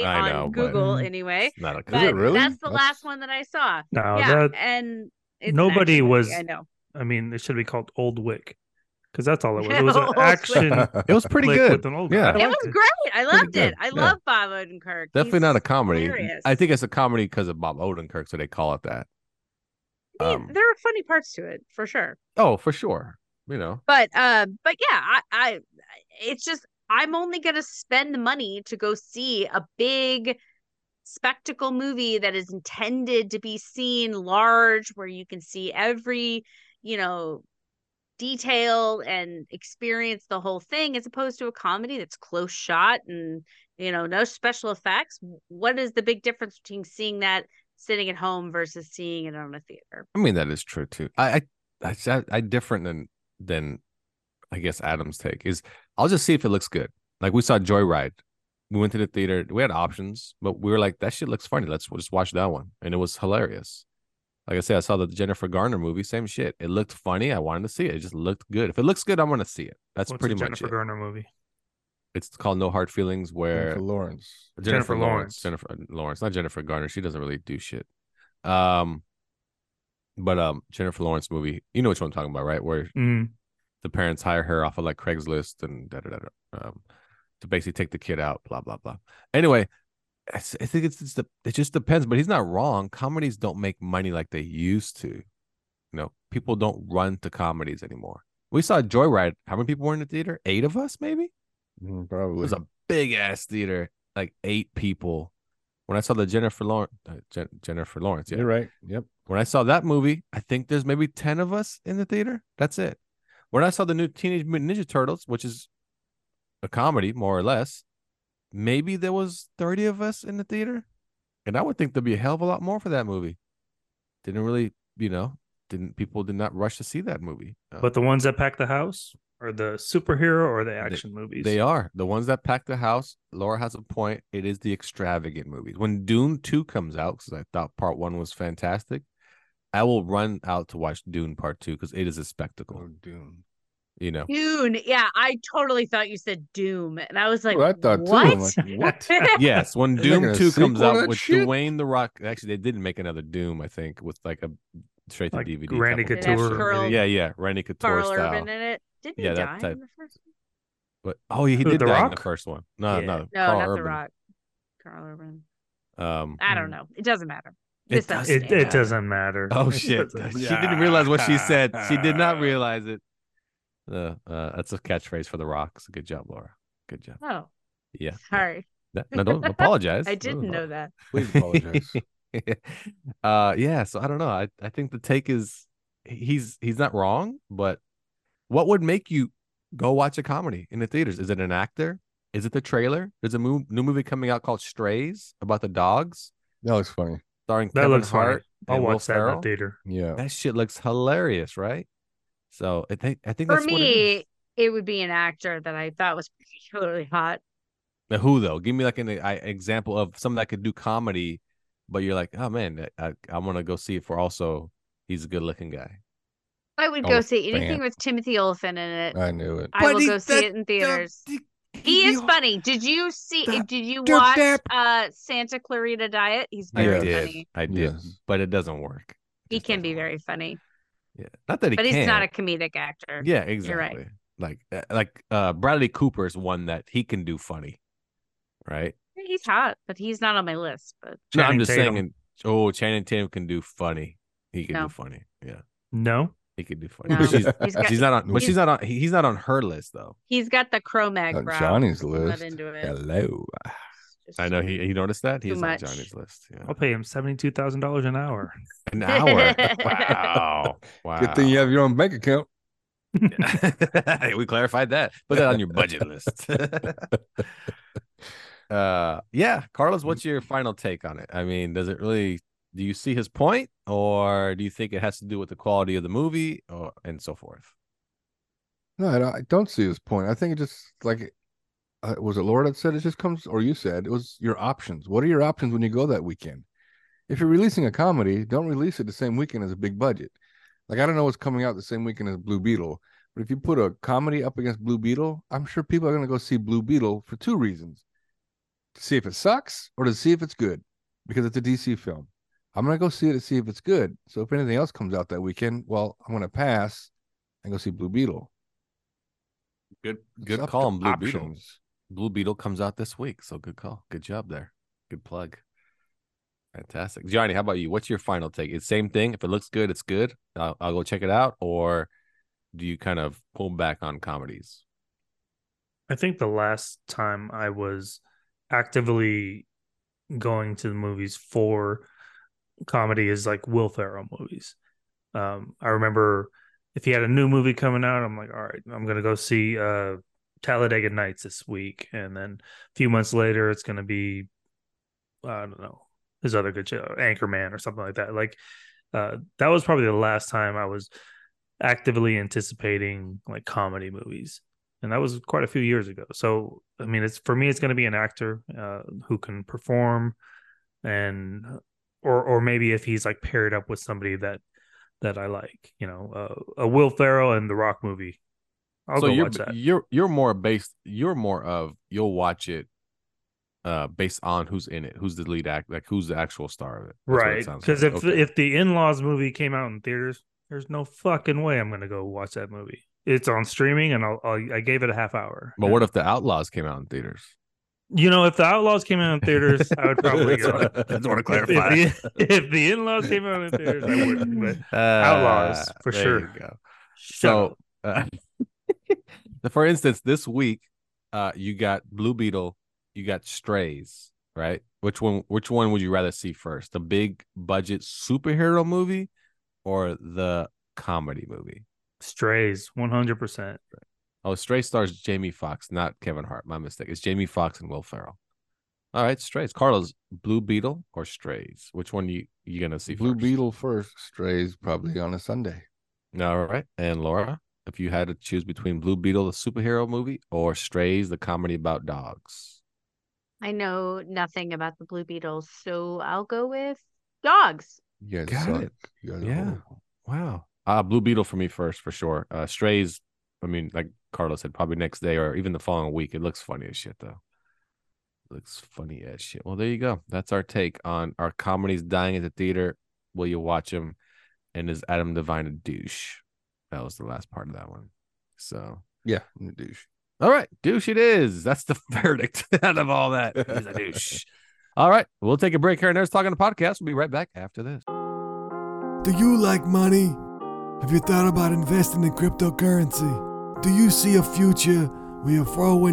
though. comedy I on know, but- mm. Google anyway. It's not a But comedy. really? that's the That's- last one that I saw. No, yeah, that and it's an nobody action movie, was- I know. I mean, it should be called Old Wick because that's all it was. It was an (laughs) Old Wick. action. (laughs) It was (laughs) pretty flick good. With an old Yeah. guy. I It liked was great. I loved good, it. I yeah. love Bob Odenkirk. Definitely He's not a comedy. hilarious. I think it's a comedy because of Bob Odenkirk, so they call it that. I mean, Um, there are funny parts to it for sure. oh, for sure. You know, but uh but yeah i i it's just i'm only gonna spend the money to go see a big spectacle movie that is intended to be seen large where you can see every you know detail and experience the whole thing as opposed to a comedy that's close shot and you know no special effects what is the big difference between seeing that sitting at home versus seeing it on a theater I mean that is true too. I I I, I, I different than than I guess Adam's take is I'll just see if it looks good. Like we saw Joyride. We went to the theater. We had options, but we were like, that shit looks funny. Let's just watch that one. And it was hilarious. Like I said, I saw the Jennifer Garner movie. Same shit. It looked funny. I wanted to see it. It just looked good. If it looks good, I'm gonna see it. That's What's pretty the much Jennifer it. Garner movie. It's called No Hard Feelings, where Jennifer Lawrence. Jennifer, Jennifer Lawrence. Lawrence. Jennifer uh, Lawrence, not Jennifer Garner. She doesn't really do shit. Um, but um, Jennifer Lawrence movie. You know which one I'm talking about, right? Where Mm. the parents hire her off of like Craigslist and da da da. da, Um, to basically take the kid out. Blah blah blah. Anyway, I, s- I think it's, it's the it just depends. But he's not wrong. Comedies don't make money like they used to. You know, people don't run to comedies anymore. We saw Joyride. How many people were in the theater? Eight of us, maybe. Mm, It Probably. was a big ass theater, like eight people. When I saw the Jennifer Lawrence, uh, Jen- Jennifer Lawrence, yeah. You're right. Yep. When I saw that movie, I think there's maybe ten of us in the theater. That's it. When I saw the new Teenage Mutant Ninja Turtles, which is a comedy more or less, maybe there was thirty of us in the theater, and I would think there'd be a hell of a lot more for that movie. Didn't really, you know, didn't people did not rush to see that movie. Uh, But the ones that pack the house are the superhero or the action movies. They are the ones that pack the house. Laura has a point. It is the extravagant movies. When Dune Two comes out, because I thought Part One was fantastic, I will run out to watch Dune Part Two because it is a Oh, spectacle. Dune. You (laughs) know, Dune. Yeah, I totally thought you said Doom, and I was like, Well, I thought too. what? I'm like, what? yes, when They're making Doom a Two sequel comes to out that with shit? Dwayne the Rock. Actually, they didn't make another Doom. I think with like a straight to like DVD. Randy type of Did it have Couture. Curl- maybe. Yeah, yeah, Randy Couture Carl style. Urban in it. Didn't Yeah, he that die type. in the first one? But oh, he Who, did The die in the Rock? first one. No, Yeah. no, No, Carl not Urban. The Rock. Carl Urban. Um, I don't Mm. know. It doesn't matter. It This doesn't It, matter. it doesn't matter. (laughs) Oh (laughs) It shit! doesn't She matter. didn't realize what she said. She did not realize it. Uh, uh, that's a catchphrase for the Rocks. Good job, Laura. Good job. Oh, Yeah. yeah. sorry. No, no, don't apologize. (laughs) I didn't know that. (laughs) Please apologize. that. (laughs) uh, yeah. So I don't know. I I think the take is he's he's not wrong, but what would make you go watch a comedy in the theaters? Is it an actor? Is it the trailer? There's a mo- new movie coming out called Strays about the dogs, That was funny. starring That Kevin looks funny. Hart. I'll and Will watch that in Ferrell. the theater. Yeah. That shit looks hilarious, right? So I think I think For that's what it is. me, it would be an actor that I thought was particularly hot. Now, who though? Give me like an I, example of someone that could do comedy, but you're like, oh man, I, I want to go see it for also. He's a good looking guy. I would Oh, go see dang anything it. with Timothy Olyphant in it. I knew it. I But will he- go see that- it in theaters. He is funny. Did you see? that- Did you that- watch that- uh, Santa Clarita Diet? He's I very did. funny. I did. Yes. But it doesn't work. It He just can be doesn't work. very funny, Yeah. Not that he but he's not a can't. comedic actor. Yeah, right. exactly. Like uh, like uh Bradley Cooper's one that he can do funny, right? He's hot, but he's not on my list. (laughs) But No, I'm Channing just Tatum. saying. and- Oh, Channing Tatum can do funny. He can No. do funny. Yeah, No, he can do funny. (laughs) no, But she's, he's got Uh, she's not on. But he's- she's not on. he- He's not on her list though. he's got the Cro-Mag On brow. Johnny's I'm not list. into it. Hello. Just- I know he he noticed that Too he's on much. Johnny's list. Yeah. I'll (laughs) pay him seventy two thousand dollars an hour. An hour. wow. Wow. Good thing you have your own bank account. Hey, (laughs) we clarified that. Put that on your budget (laughs) list. uh yeah, Carlos, what's your final take on it? I mean, does it really do you see his point or do you think it has to do with the quality of the movie or and so forth? No, I don't, I don't see his point. I think it just like, uh, was it Laura that said it just comes, or you said it was your options. What are your options when you go that weekend? If you're releasing a comedy, don't release it the same weekend as a big budget. Like I don't know what's coming out the same weekend as Blue Beetle, but if you put a comedy up against Blue Beetle, I'm sure people are going to go see Blue Beetle for two reasons: to see if it sucks or to see if it's good, because it's a DC film. I'm going to go see it to see if it's good. So if anything else comes out that weekend, well, I'm going to pass and go see Blue Beetle. Good It's good up call to on Blue Beetle. options. Blue Beetle comes out this week, so good call. Good job there. Good plug. Fantastic. Johnny, how about you? What's your final take? It's same thing. If it looks good, it's good. I'll, I'll go check it out or do you kind of pull back on comedies? I think the last time I was actively going to the movies for comedy is like Will Ferrell movies. Um, I remember if he had a new movie coming out, I'm like, all right, I'm gonna go see uh, Talladega Nights this week, and then a few months later, it's gonna be I don't know his other good show, Anchorman or something like that. Like uh, that was probably the last time I was actively anticipating like comedy movies and that was quite a few years ago. So I mean, it's for me, it's going to be an actor uh, who can perform, and uh, or or maybe if he's like paired up with somebody that that I like, you know, uh, a Will Ferrell and The Rock movie. I'll go you're, watch that. you're you're more based you're more of you'll watch it uh based on who's in it, who's the lead act like who's the actual star of it. That's what it Right, sounds because like. if Okay. if the In Laws movie came out in theaters, there's no fucking way I'm gonna go watch that movie. It's on streaming, and I'll, I'll I gave it a half hour. But what if the Outlaws came out in theaters? you know if the Outlaws came out in theaters, I would probably (laughs) That's go. what I- that's what I If- If clarified. the, (laughs) if the In Laws came out in theaters, I wouldn't. (laughs) But Uh, Outlaws, for there sure. you go. (laughs) Shut up. So, uh, for instance, this week, uh, you got Blue Beetle, you got Strays, right? Which one? Which one would you rather see first? The big budget superhero movie, or the comedy movie? Strays, one hundred percent. Oh, Stray stars Jamie Foxx, not Kevin Hart. My mistake. It's Jamie Foxx and Will Ferrell. All right, Strays. Carlos, Blue Beetle or Strays? Which one you you gonna see? Blue first? Beetle first strays probably on a Sunday. All right. And Laura, if you had to choose between Blue Beetle, the superhero movie, or Strays, the comedy about dogs. I know nothing about the Blue Beetles, so I'll go with dogs. You guys Got suck. it. You guys are Yeah. horrible. Wow. Uh, Blue Beetle for me first, for sure. Uh, Strays, I mean, like Carlos said, probably next day or even the following week. It looks funny as shit, though. Looks funny as shit. Well, there you go. That's our take on our comedies dying at the theater. Will you watch them? And is Adam Devine a douche? That was the last part of that one. So, Yeah, I'm a douche. all right, douche it is. That's the (laughs) verdict out of all that. He's a douche. All right, we'll take a break here and there's talking to podcast. We'll be right back after this. Do you like money? Have you thought about investing in cryptocurrency? Do you see a future where your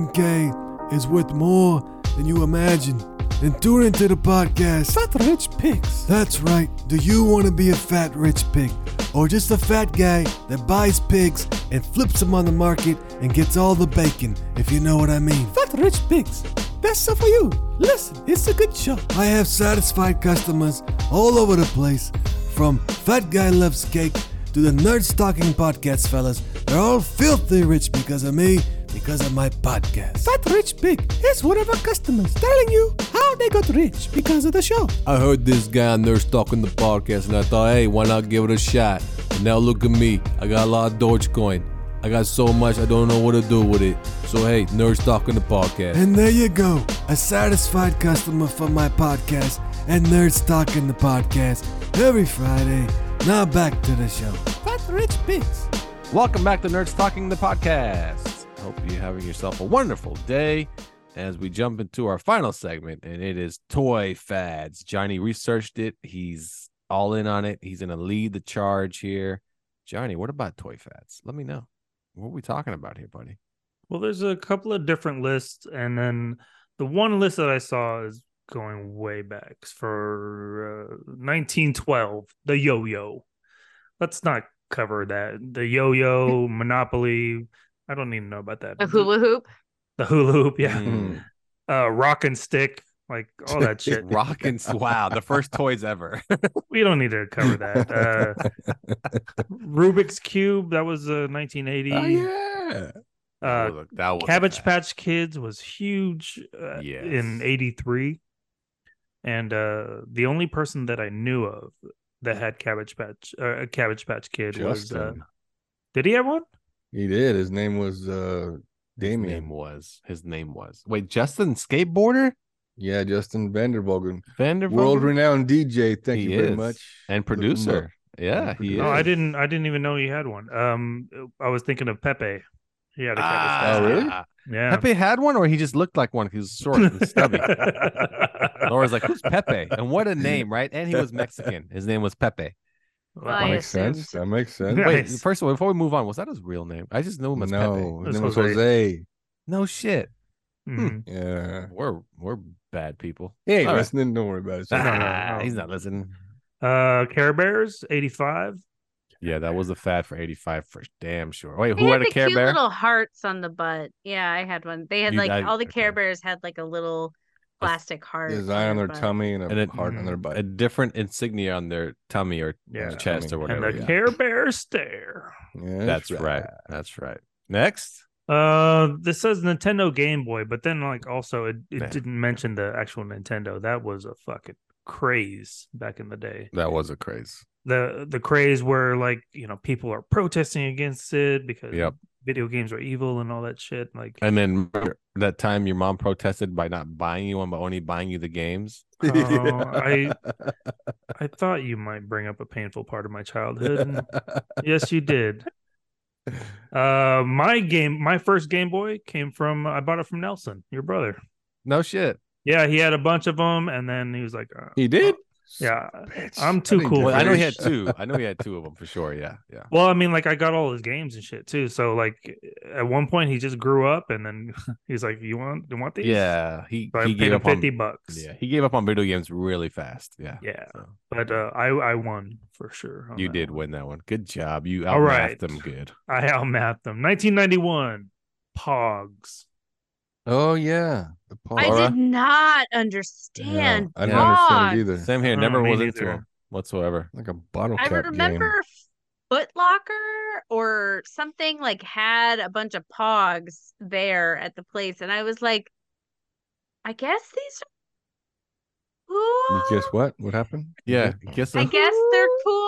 401k is worth more than you imagine? Then tune into the podcast Fat Rich Picks. That's right. Do you want to be a fat rich pig? Or just a fat guy that buys pigs and flips them on the market and gets all the bacon, if you know what I mean? Fat Rich Pigs. That's so for you. Listen, it's a good show. I have satisfied customers all over the place. From Fat Guy Loves Cake to the Nerd Stalking Podcast, fellas. They're all filthy rich because of me, because of my podcast. Fat Rich Pig is one of our customers telling you how they got rich because of the show. I heard this guy on Nurse Talking the podcast, and I thought, hey, why not give it a shot? And now look at me. I got a lot of Dogecoin. I got so much, I don't know what to do with it. So, hey, Nurse Talking the podcast. And there you go, a satisfied customer for my podcast and Nerds Talking the Podcast every Friday. Now back to the show. Fat Rich Pigs. Welcome back to Nerds Talking the Podcast. Hope you're having yourself a wonderful day as we jump into our final segment, and it is toy fads. Johnny researched it, he's all in on it. He's going to lead the charge here. Johnny, what about toy fads? Let me know. What are we talking about here, buddy? Well, there's a couple of different lists, and then the one list that I saw is going way back It's for uh, 1912, the yo-yo. Let's not cover that. The yo-yo, Monopoly. I don't even know about that. A hula hoop. The hula hoop, (laughs) yeah. (laughs) Mm-hmm. Mm. Uh, rock and stick, like all (laughs) that shit. Rock and wow, the first toys (laughs) ever. We don't need to cover (laughs) that. Uh, Rubik's cube, that was uh, 1980. oh yeah. Uh, Look, that was a Cabbage fad. Patch Kids was huge uh, Yes. in 83. And uh, the only person that I knew of that had Cabbage Patch uh, a Cabbage Patch Kid was uh, Justin. did he have one? He did. His name was uh His name Damien. was. His name was. Wait, Justin Skateboarder? Yeah, Justin Vanderbogen. Vanderbilt? World renowned DJ. Thank He you very is. much. And Look him up. producer. Yeah, And he is. producer. No, Oh, I didn't. I didn't even know he had one. Um, I was thinking of Pepe. He had a Cabbage Ah, Oh, really? Patch. Yeah. Pepe had one, or he just looked like one because he was short (laughs) and stubby. (laughs) Laura's like, "Who's Pepe?" And what a name, right? And he was Mexican. His name was Pepe. I That Wow. makes sense. assumed. That makes sense. (laughs) Yeah. Wait, Nice. first of all, before we move on, was that his real name? I just knew him as Pepe. no, It's his name was Jose. Jose. No shit. Hmm. Mhm. Yeah. We're we're bad people. Uh. He ain't All right. listening. Don't worry about it. No, (laughs) no, no. He's not listening. Uh, Care Bears '85. Yeah, that was a fad for '85 for damn sure. Wait, They who had, the a Care cute Bear? little hearts on the butt. Yeah, I had one. They had You- like I- all the Care okay. Bears had like a little plastic heart Design on their butt. tummy and a And it- heart on their A butt. different insignia on their tummy or Yeah. chest or and whatever. the yeah. Care Bear stare. Yeah, That's right. That's right. Next. Uh, this says Nintendo Game Boy, but then like also it, it Yeah. didn't mention the actual Nintendo. That was a fucking craze back in the day. That was a craze. The the craze where like you know people are protesting against it because Yep. video games are evil and all that shit. (laughs) Like And then remember that time your mom protested by not buying you one, but only buying you the games. Oh, I thought you might bring up a painful part of my childhood. and yes, you (laughs) did. Uh, my game, my first Game Boy came from I bought it from Nelson, your brother. No shit. Yeah, he had a bunch of them, and then he was like, uh, He did? Yeah, Bitch. I'm I too didn't cool get for Well, I know he had this. two. I know he had two of them for sure. Yeah, yeah. Well, I mean, like I got all his games and shit too. So like at one point he just grew up and then (laughs) he's like, You want you want these? Yeah, he, So I he paid gave him up on fifty bucks. yeah he gave up on video games really fast. Yeah, Yeah. So, But uh I I won for sure. on you that did one. win that one. Good job. You All outmapped right. them good. I outmapped them. Nineteen ninety one, Pogs. Oh, yeah. The Paul. I Laura? did not understand. I didn't understand it Pogs. either. Same here. Oh, Never me was into neither. them whatsoever. Like a bottle I cap game. remember Foot Locker or something like had a bunch of pogs there at the place, and I was like, I guess these are cool. You guess what? What happened? Yeah, guess I what? guess (laughs) they're cool.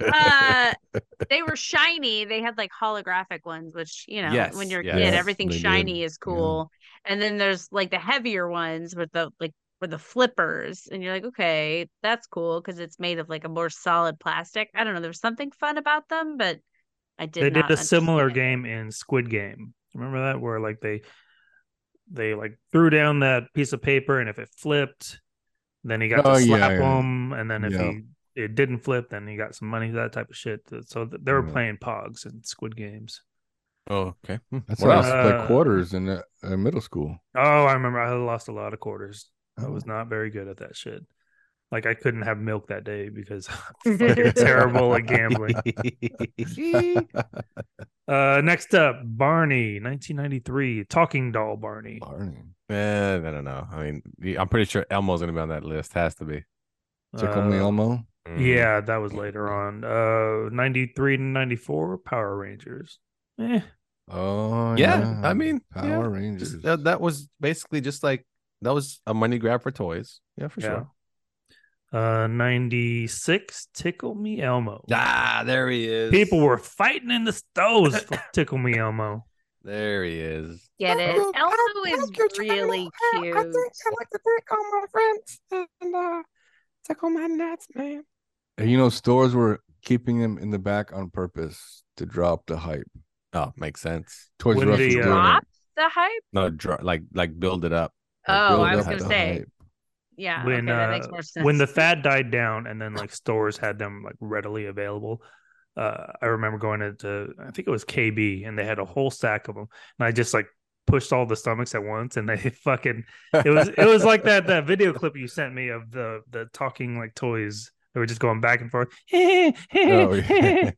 yeah. (laughs) uh, they were shiny. They had like holographic ones, which you know, Yes, when you're a yes, kid, everything they did. shiny is cool. And then there's like the heavier ones with the like with the flippers, and you're like, okay, that's cool because it's made of like a more solid plastic. I don't know. There's something fun about them, but I did. they did not a similar understand. game in Squid Game. Remember that where like they they like threw down that piece of paper and if it flipped, then he got Oh, to yeah, slap yeah. him, and then if Yeah. he it didn't flip, then he got some money that type of shit. So th- they were Yeah. playing Pogs and Squid Games. Oh, okay. Hmm. That's What how I else? else? split Uh, quarters in uh, uh, middle school. Oh, I remember I lost a lot of quarters. I Oh. was not very good at that shit. Like I couldn't have milk that day because (laughs) I'm (laughs) fucking terrible at gambling. (laughs) Uh, next up, Barney, 1993, talking doll Barney. Barney. Eh, I don't know. I mean, I'm pretty sure Elmo's gonna be on that list. Has to be. Tickle Me Uh, Elmo. Mm. Yeah, that was later on. Uh, 93 to 94, Power Rangers. Eh, Oh, Yeah, yeah. I mean, Power yeah, Rangers. Just- uh, that, that was basically just like that was a money grab for toys. Yeah, for sure. Uh, 96, Tickle Me Elmo. Ah, there he is. People were fighting in the stoves for Tickle Me Elmo. There he is. Get it? Oh, Elmo is really cute. And you know, stores were keeping them in the back on purpose to drop the hype. Oh, makes sense. Toys When R Us they, is doing uh, it. Drop the hype. No, dr- like like build it up. They Oh, build I was up gonna the say. (laughs) hype. Yeah. when okay, that uh, makes more sense. when the fad died down and then like stores had them like readily available uh i remember going to, to- i think it was kb and they had a whole stack of them and i just like pushed all the stomachs at once and they (laughs) fucking it was it was like that that video clip you sent me of the the talking like toys they were just going back and forth (laughs) Oh, yeah.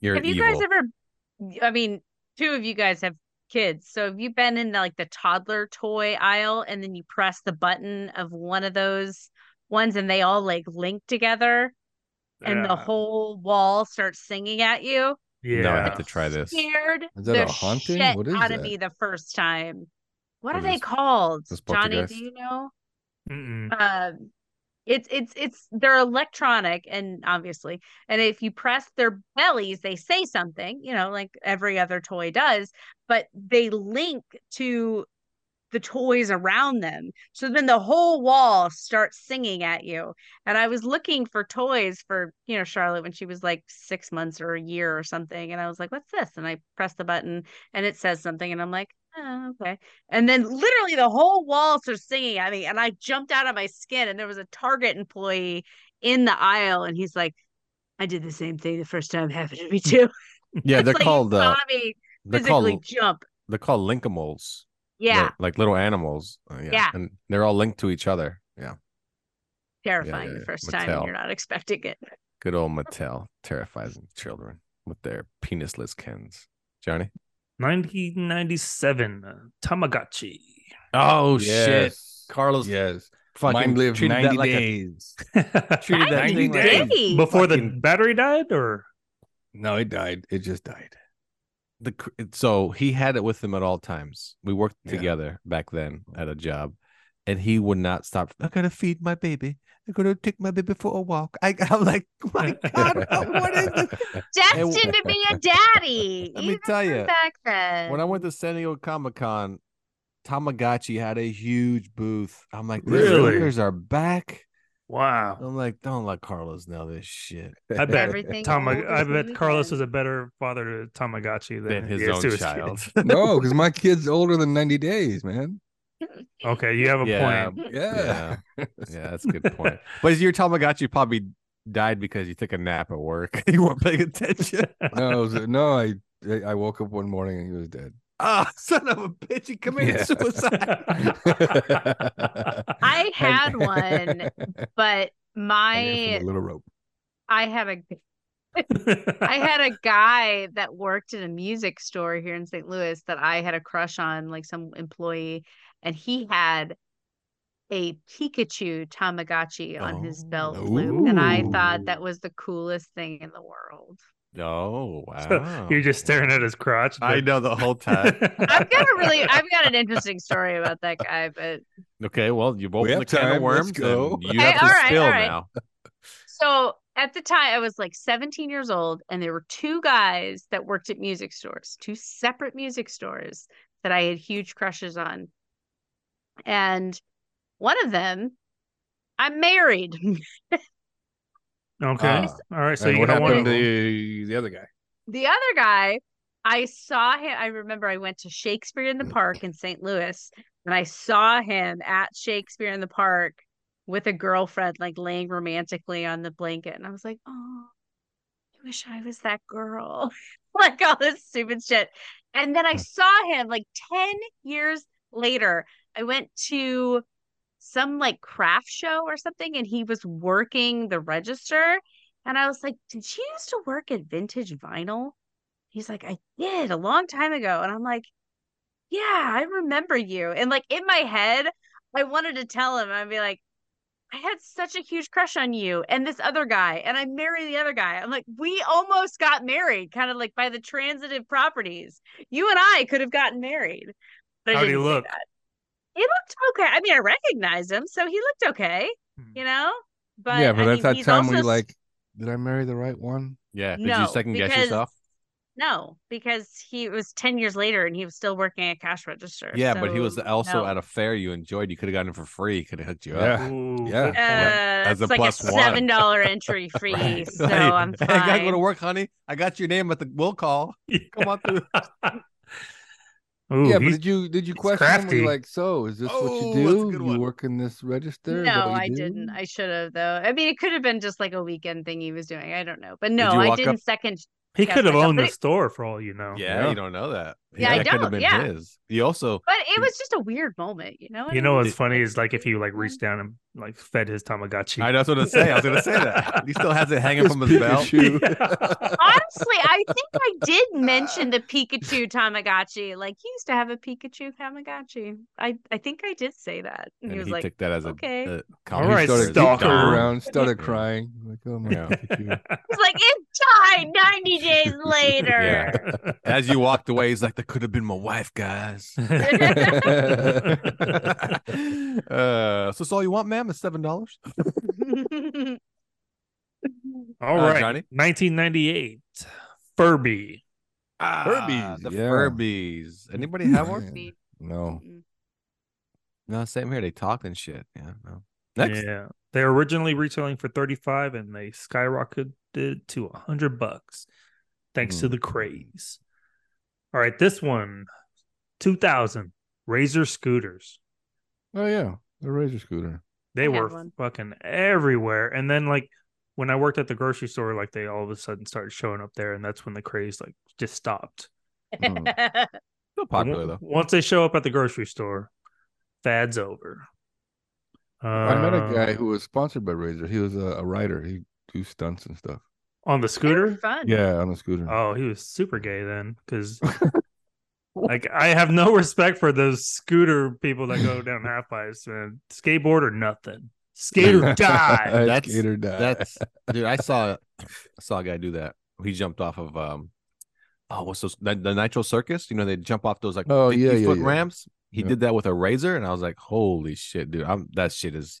You're e-, have you evil. guys ever? I mean, two of you guys have kids, so have you been in like the toddler toy aisle and then you press the button of one of those ones and they all like link together and the Yeah. whole wall starts singing at you? yeah No, I have to try this. Scared Is that the a haunting? shit What is out of that? me the first time. What, What are they is- called, this Johnny? Do Poltergeist? you know? Mm-mm. um it's it's it's they're electronic and obviously and if you press their bellies they say something you know like every other toy does but they link to the toys around them so then the whole wall starts singing at you and i was looking for toys for you know charlotte when she was like six months or a year or something and i was like what's this and i pressed the button and it says something and i'm like oh, okay and then literally the whole wall starts singing at me, and I jumped out of my skin. And there was a Target employee in the aisle, and he's like, "I did the same thing the first time, happened to me too." (laughs) yeah, It's they're like you called uh, saw me they're physically called jump. they're called linkamoles. Yeah, They're like little animals. Uh, yeah. Yeah. And they're all linked to each other. Yeah. terrifying yeah, the first time, and Mattel. you're not expecting it. Good old Mattel terrifies children with their penisless cans. Johnny? 1997 uh, tamagotchi Oh Yes. Carlos Yes. fucking Mine lived treated 90 that like a days. (laughs) treated that 90 thing like days. before the fucking- battery died or No, it died. It just died. the cr- so he had it with him at all times. We worked Yeah. together back then at a job, and he would not stop. I gotta feed my baby. I gotta take my baby for a walk. I, I'm like, my (laughs) God, what is this? Destined to be (laughs) a daddy. Let me even tell from ya, back then. When I went to San Diego Comic Con, Tamagotchi had a huge booth. I'm like, these Really? dealers are back. wow I'm like, don't let Carlos know this shit. i bet Everything Tom, old I is new bet Carlos again. was a better father to Tamagotchi than, Than his he is to own his child. kids. (laughs) (laughs) No, because my kid's older than 90 days, man. okay, you have a Yeah. point. Yeah. (laughs) Yeah, that's a good point. but your Tamagotchi probably died because you took a nap at work. (laughs) you weren't paying (laughs) attention. no, it was, no, I I I woke up one morning and he was dead. Ah, (laughs) son of a bitch, he committed (laughs) (laughs) Yeah. suicide. I (laughs) And- had (laughs) one. But I my little rope. I had a (laughs) I had a guy that worked at a music store here in St. Louis that I had a crush on, like some employee, and he had a Pikachu Tamagotchi on his belt loop. And I thought that was the coolest thing in the world. (laughs) oh So, wow! (laughs) You're just staring at his crotch. I know the whole (laughs) (laughs) time. I've got a really I've got an interesting story about that guy, but okay, well, you've We opened have the can of time, let's worms. and (laughs) go. You Hey, have to all right, spill all right. now. So at the time, I was like 17 years old, and there were two guys that worked at music stores, two separate music stores that I had huge crushes on. And one of them, I'm married. Okay. Ah. All right. So And you what got one. happened to the other guy? the other guy, I saw him. I remember I went to Shakespeare in the Park in St. Louis, and I saw him at Shakespeare in the Park with a girlfriend, like laying romantically on the blanket. And I was like, oh, I wish I was that girl. (laughs) like all this stupid shit. And then I saw him like 10 years later. I went to some like craft show or something, and he was working the register. And I was like, Did she used to work at vintage vinyl? He's like, I did a long time ago. And I'm like, Yeah, I remember you. And like in my head, I wanted to tell him, I'd be like, I had such a huge crush on you and this other guy, and I married the other guy. I'm like, we almost got married, kind of like by the transitive properties. You and I could have gotten married. But I How'd he didn't say look? that. He looked okay. I mean, I recognized him, so he looked okay, Hmm. you know? But yeah, but I at mean, that he's time also we like, did I marry the right one? Yeah. Did No, you second guess because- yourself? No, because he it was 10 years later and he was still working at cash register. Yeah, but he was so also no. at a fair you enjoyed. You could have gotten it for free. He could have hooked you up. Yeah. Ooh, uh, good Yeah. point. as as a a like plus a one. (laughs) seven dollar entry fee. So Like, (laughs) I'm hey, fine. I gotta go to work, honey. I got your name at the will call. Come on through. Ooh, yeah, but he's- did you did you he's question him? Were you crafty. like, so is this Oh, what that's a you good do? one. You work in this register? Is that No, what I you do?" didn't. I should have though. I mean, it could have been just like a weekend thing he was doing. I don't know. But no, you I walk didn't up- second. he Yeah, could have but- owned but the it- store for all you know. Yeah, you don't know that. Yeah, I that could have don't, been yeah. his. He also But it was just a weird moment, you know. what You I know mean? what's funny is like if you like reached down and like fed his Tamagotchi. I was gonna say. I was gonna say that. He still has it (laughs) hanging from his belt. Pikachu. Honestly, I think I (laughs) did mention the Pikachu Tamagotchi. Like he used to have a Pikachu Tamagotchi. I I think I did say that. And And, he was he like, took that as a uh, okay. a All right, comedy started, he story. stalker. turned Dumb. around, started crying. Like, oh my Yeah. god, (laughs) Pikachu. It's like it died 90 days later. (laughs) As you walked away, he's like, "That could have been my wife, (laughs) guys." (laughs) (laughs) (laughs) uh, so, it's all you want, ma'am, is seven dollars. (laughs) All Uh, right, Johnny? 1998, Furby. Ah, Furbies, the yeah. Furbies. Anybody have (laughs) one? Yeah. Oh. No. No, same here. They talk and shit. Yeah. No. Next. Yeah, they're originally retailing for 35, and they skyrocketed to 100 bucks thanks Hmm. to the craze. All right, this one, 2000 Razor scooters. Oh yeah, the razor scooter. They I had were one. fucking everywhere, and then like when I worked at the grocery store, like they all of a sudden started showing up there, and that's when the craze like just stopped. Mm. Mm-hmm. Still But popular on- though. Once they show up at the grocery store, fad's over. Uh, I met a guy who was sponsored by Razor. He was a, a rider. He do stunts and stuff. on the (laughs) scooter. Fun. Yeah, on the scooter. Oh, he was super gay then, (laughs) because like I have no respect for those scooter people that go down half pipes, man. Skateboard or nothing. (laughs) Skater die. That's- Gator die. (laughs) That's dude. I saw I saw a guy do that. He jumped off of um oh what's those the, the Nitro Circus? You know they jump off those like Oh, yeah, 50 yeah, foot yeah. ramps. He Yeah. did that with a razor, and I was like, holy shit, dude! I'm that shit is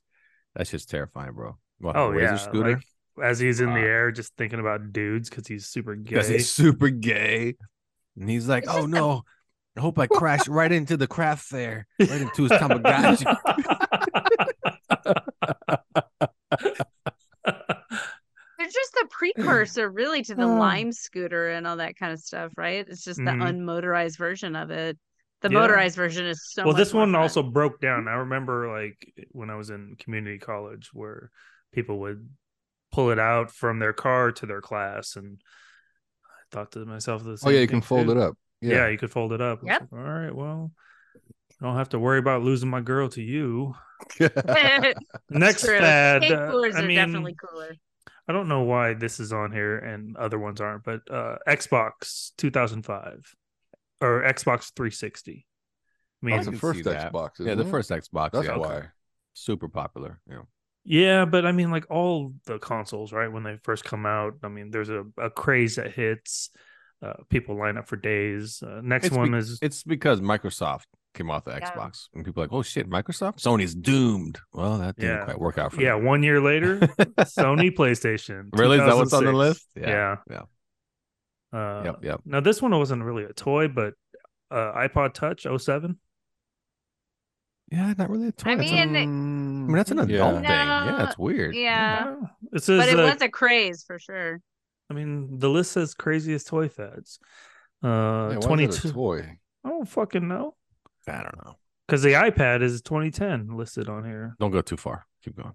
that shit's terrifying, bro. What, Oh razor yeah, scooter. like as he's in the Fuck. air, just thinking about dudes because he's super gay. because he's super gay. And he's like, It's oh just a- no, I hope I (laughs) crash right into the craft fair, right into his (laughs) Tamagotchi. They're just the precursor, really, to Oh. the Lime scooter and all that kind of stuff, right? It's just the Mhm. unmotorized version of it. The Yeah. motorized version is so. well, much this more one fun. (laughs) also broke Mm-hmm. down. I remember like when I was in community college where people would pull it out from their car to their class and I thought to myself the oh same yeah, you can thing, fold too. it up. Yeah. Yeah. you could fold it up. It's Yep. like, All right, well, I don't have to worry about losing my girl to you. (laughs) Next True. fad. uh, Skateboards I are mean, definitely cooler. I don't know why this is on here and other ones aren't, but uh Xbox 2005 or Xbox 360. I mean, That's the can first see that. Xbox. yeah, isn't the it? first Xbox. That's yeah. why. Super popular. Yeah. yeah, but I mean, like all the consoles, right? When they first come out, I mean, there's a, a craze that hits. Uh, people line up for days. Uh, next It's one is It's because Microsoft came off the Yeah. Xbox, and people are like, oh shit, Microsoft, Sony's doomed. Well, that didn't Yeah. quite work out for yeah. them. One (laughs) year later, Sony PlayStation. Really, is that what's on the 2006. list? Yeah. yeah. Uh, Yep. Yep. Now this one wasn't really a toy, but uh, iPod Touch 07. Yeah. Not really a toy. I That's a- mean, I mean, that's an Mm. Yeah. uh, adult thing. No, Yeah, it's weird. Yeah, Uh, it says, but it uh, was a craze for sure. I mean, the list says craziest toy fads. Yeah, Uh, why is it a 22. toy. I don't fucking know. I don't know. Because the iPad is 2010 listed on here. Don't go too far. Keep going.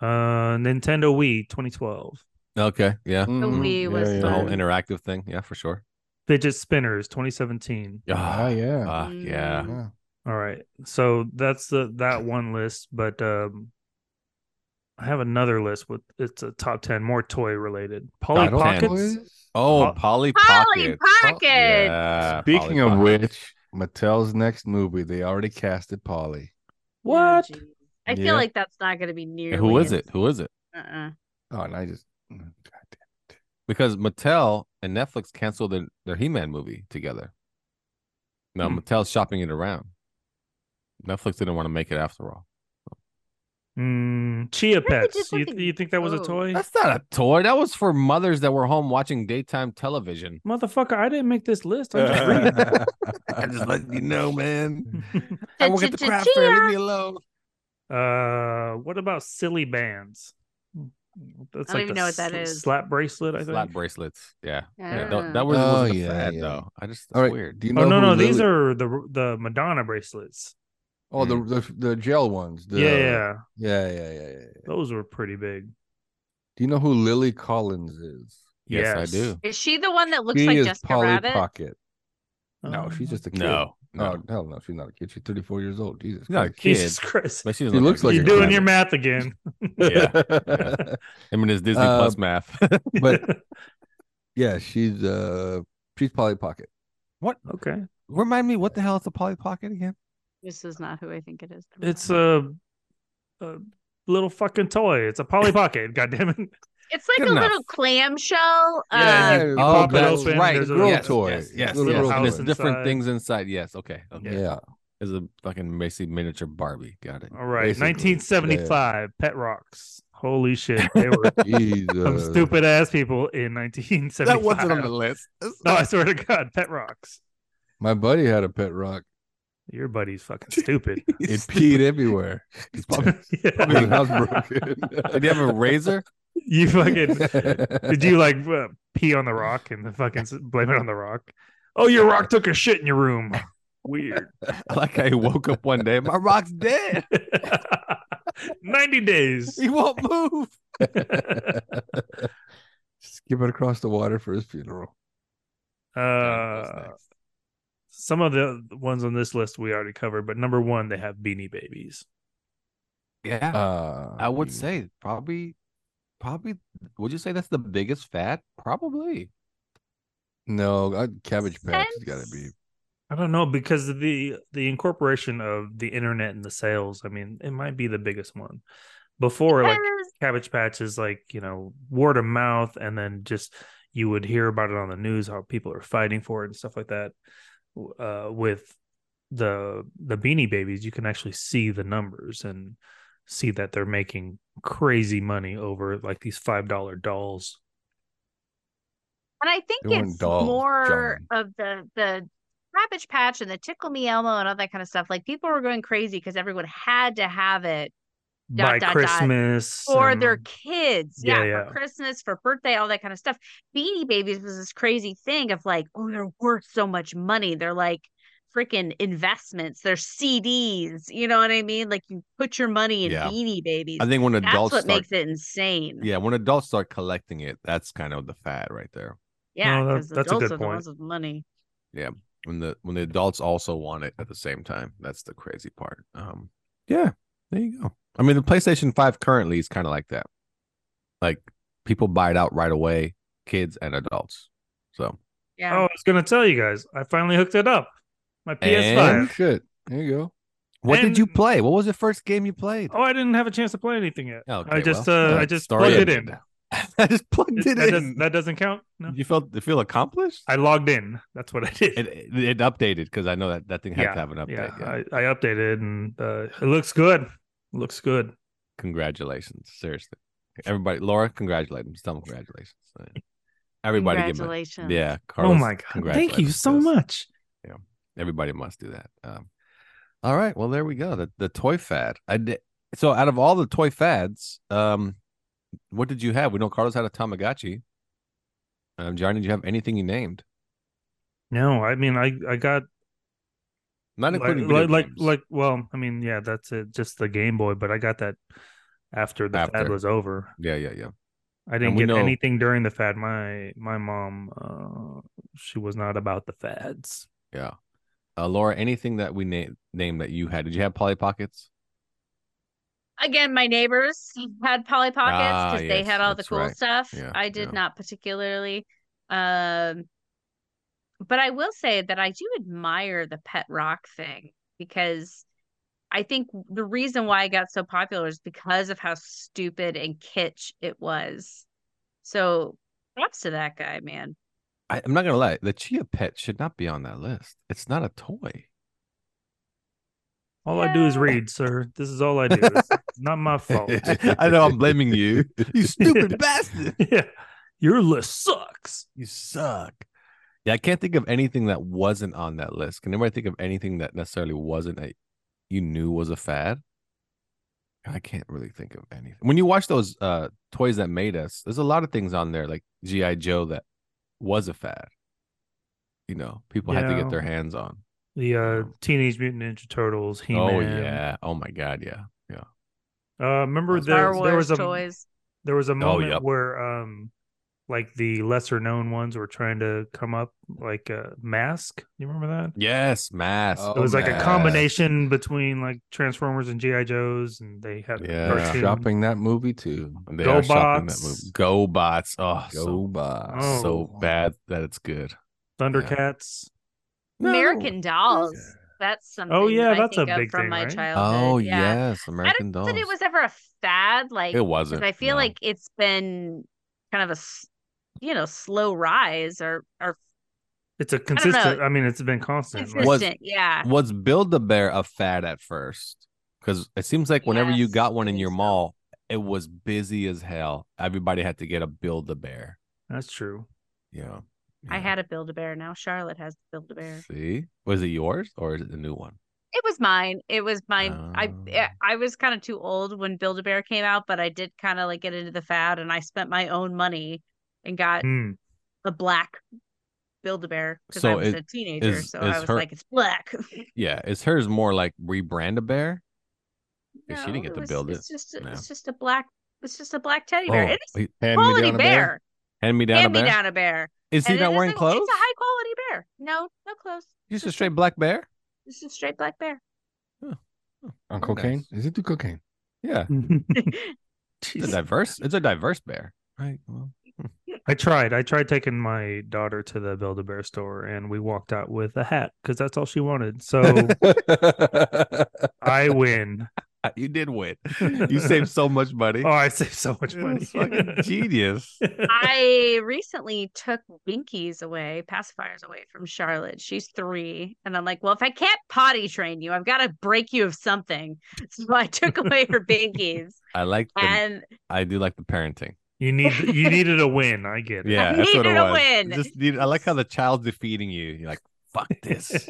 Uh, Nintendo Wii 2012. Okay. Yeah. The Mhm. Wii Yeah, was yeah, The fun. whole yeah. interactive thing. Yeah, for sure. Fidget Spinners 2017. Oh, Ah, yeah. Ah, yeah. Mm. yeah. All right. So that's the that one list, but um I have another list with it's a top 10 more toy related. Polly Top 10. Pockets. Toys? Oh, Po- Polly Polly Pocket. Oh, Pockets. Yeah, Speaking Polly of Pocket. which, Mattel's next movie, they already casted Polly. What? Oh, geez. I Yeah. feel like that's not going to be near. And who is it? Who is it? Uh-uh. Oh, and I (laughs) just God damn. Because Mattel and Netflix canceled their, their He Man movie together. Now Hmm. Mattel's shopping it around. Netflix didn't want to make it after all. Mm, Chia they did Pets. You, something- you think that was a Oh. toy? That's not a toy. That was for mothers that were home watching daytime television. Motherfucker, I didn't make this list. I'm just reading. (laughs) I just letting you know, (laughs) man. it. I work at the craft fair. Leave me alone. uh, what about silly bands? That's I don't even know what that sl- is. Slap bracelet, I think. Slap bracelets. Yeah. yeah. Ah. That, that was, Oh, wasn't a yeah, fad, yeah. though. I just, that's All right. weird. Do you know? oh no, who no, these Lily- are the the Madonna bracelets. Oh, the the, the gel ones. The, yeah, yeah, yeah, yeah, yeah, yeah. those were pretty big. Do you know who Lily Collins is? Yes, I Yes. do. Is she the one that looks she like is Jessica Polly Rabbit? Pocket. Um, No, she's just a kid. No. Oh No. hell no, she's not a kid. She's 34 years old. Jesus No, Christ. kid. (laughs) Jesus Christ, But she She doesn't looks like you're a doing kid. your (laughs) math again. Yeah, Um, I mean, it's Disney Uh, Plus math. (laughs) but yeah, she's uh she's Polly Pocket. (laughs) okay, Remind me, what the hell is a Polly Pocket again? This is not who I think it is. Never it's mind. a, a little fucking toy. It's a Polly Pocket. (laughs) God damn it. it's like good a enough. little clamshell. Yeah, uh, you pop it that's open, right. there's a oh, Girl yes, toy. Yes, yes, Little yes. girl And it's toy. different inside. things inside. Yes, okay. okay. Yeah. It's a fucking basically miniature Barbie. Got it. All right, Basically, 1975, Pet Rocks. Holy shit, (laughs) they were Jesus. some stupid ass people in (laughs) 1975. That wasn't on the list. (laughs) No, I swear to God, Pet Rocks. My buddy had a pet rock. Your buddy's (laughs) fucking stupid. (laughs) It peed everywhere. (laughs) He's probably- Yeah. Probably housebroken. Did you have a razor? You fucking did you like uh, pee on the rock and then fucking s- blame it on the rock? Oh, your rock took a shit in your room. Weird. (laughs) (laughs) Like I woke up one day, my rock's dead. (laughs) 90 days. He won't move. skip it across the water for his funeral? Uh, some of the ones on this list we already covered, but number one, they have beanie babies. yeah, Uh, I would say probably, probably. Would you say that's the biggest fad? Probably. no. I, uh, cabbage patch has got to Sense? be. I don't know because of the the incorporation of the internet and the sales. I mean, it might be the biggest one. Before, like because- Cabbage Patch is like you know word of mouth, and then just you would hear about it on the news how people are fighting for it and stuff like that. Uh, with the the Beanie Babies, you can actually see the numbers and see that they're making crazy money over like these five dollar dolls. and I think They weren't it's dolls, more of the the Cabbage Patch and the Tickle Me Elmo and all that kind of stuff. Like people were going crazy because everyone had to have it Dot, By dot, dot. Christmas, for their and- kids. Yeah, Yeah, yeah. for Christmas, for birthday, all that kind of stuff. Beanie Babies was this crazy thing of like, oh, they're worth so much money. They're like freaking investments. They're CDs. You know what I mean? Like you put your money in Yeah. Beanie Babies. I think when That's adults what start, makes it insane. yeah, when adults start collecting it, that's kind of the fad right there. Yeah, No, that- because that's a adults good are the point. ones with money. when the when the adults also want it at the same time. That's the crazy part. Um, yeah, there you go. I mean, the PlayStation Five currently is kind of like that. Like people buy it out right away, kids and adults. So Yeah. Oh, I was gonna tell you guys, I finally hooked it up. My Oh, PS5. shit. There you go. what did you And- play? What was the first game you played? Oh, I didn't have a chance to play anything yet. Okay, I just well, uh, I that just story plugged it ended. in. (laughs) I just plugged That, it that in. does, that doesn't count. No. You felt you feel accomplished. I logged in. That's what I did. (laughs) it, it, it updated because I know that that thing had Yeah, to have an update. yeah, Yeah. I, I updated and uh, it looks good. Looks good. Oh Congratulations, seriously, everybody. Laura, congratulate them. Tell them congratulations. Everybody, give them. a- Congratulations. Yeah, oh Carlos, my god! Thank you congratulations, so sis. much. Everybody must do that. Um, all right, well there we go. The the toy fad. I did, so out of all the toy fads, um, what did you have? We know Carlos had a Tamagotchi. Um, Johnny, did you have anything you named? No, I mean I I got Not like including video like, like games. like well I mean yeah that's it just the Game Boy but I got that after the fad After. was over. yeah, yeah, yeah. I didn't we get know- anything during the fad. My my mom uh, she was not about the fads. Uh, Laura, anything that we na- named that you had? Did you have Polly Pockets? Again, my neighbors had Polly Pockets Ah, because they yes, had all the that's cool right. stuff. Yeah, I did yeah. not particularly. Um, but I will say that I do admire the pet rock thing because I think the reason why it got so popular is because of how stupid and kitsch it was. So props to that guy, man. I, I'm not gonna lie. The Chia Pet should not be on that list. It's not a toy. All I do is read, sir. This is all I do. It's not (laughs) my fault. I know I'm blaming you. You stupid bastard. (laughs) yeah. Your list sucks. You suck. Yeah, I can't think of anything that wasn't on that list. Can anybody think of anything that necessarily wasn't a you knew was a fad? I can't really think of anything. When you watch those uh toys that made us, there's a lot of things on there like GI Joe that was a fad. You know, Oh, people had to Yeah. get their hands on. The uh, Teenage Mutant Ninja Turtles, He Man. Oh yeah. Oh my god, yeah. Yeah. Uh, remember Star there, Wars there was a toys. there was a moment Oh, yep. where um like the lesser known ones were trying to come up like uh, mask. You remember that? Yes, mass. Oh, it was like a Mask. combination between like Transformers and GI Joes, and they had Yeah. cartoon. Shopping that movie too. They are shopping that GoBots. movie. GoBots. Oh, Go by. Oh. so, so bad that it's good. Thundercats. American Dolls. That's something. Oh, yeah, I that's a think of big from thing, my right? childhood. Oh yeah. yes, I American don't know Dolls. that it was ever a fad. Like It 'cause wasn't. I feel no. like it's been kind of a, s- you know, slow rise or or It's a consistent. know. I, mean, it's been constant. consistent. Right? yeah. was Build a Bear a fad at first? Because it seems like whenever you Yes, got one I in think your so. mall, it was busy as hell. Everybody had to get a Build a Bear. That's (laughs) true. Yeah. I yeah. had a Build a Bear. Now Charlotte has Build a Bear. See, was it yours or is it the new one? It was mine. It was mine. I Oh. I- I was kind of too old when Build a Bear came out, but I did kind of like get into the fad, and I spent my own money and got Hmm. the black Build a Bear because I So was it- a teenager, is- so is I was her- like, it's black. (laughs) Yeah, is hers more like rebrand a bear? 'Cause she didn't No, get it to was- build it. It's just No. Oh, it's just a black it's just a black teddy bear. It is he- a Hand me quality down a bear. bear. hand me down Hand a me bear. down a bear. Is he And it not is wearing a- clothes? It's a high quality bear. No, no clothes. Just a straight black bear. It's a straight black bear. On Very cocaine? nice. Is it do cocaine? Yeah, it's a Jeez. diverse. It's a diverse bear. Right. (laughs) Well, I tried. I tried taking my daughter to the Build a Bear store, and we walked out with a hat because that's all she (laughs) wanted. So Oh. I win. Ah, you did win. You saved so much money. Oh, I saved so much money. That's (laughs) (laughs) fucking genius. I recently took Binkies away, pacifiers away from Charlotte. She's three. And I'm like, well, if I can't potty train you, I've got to break you of something. (laughs) So I took away her Binkies. I like. The, And I do like the parenting. you need. You needed a win. I get it. Yeah, that's what it needed a was. win. Just need, I like how the child's defeating you. You're like, fuck (laughs) this.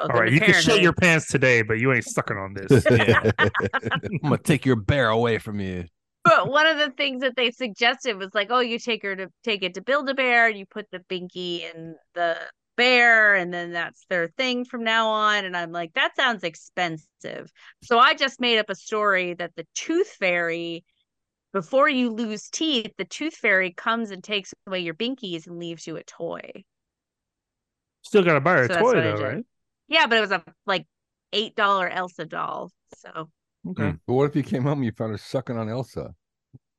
all right, you can shit your pants today, but you ain't sucking (laughs) on this. Yeah. I'm gonna take your bear away from you. But one of the things that they suggested was like, oh, you take her to take it to Build a Bear, you put the Binky in the bear, and then that's their thing from now on. And I'm like, that sounds expensive. So I just made up a story that the tooth fairy, before you lose teeth, the tooth fairy comes and takes away your binkies and leaves you a toy. Still gotta buy her a So that's toy what I though, did. right? Yeah, but it was a like eight dollar Elsa doll. So Okay. But what if you came home and you found her sucking (laughs) on Elsa?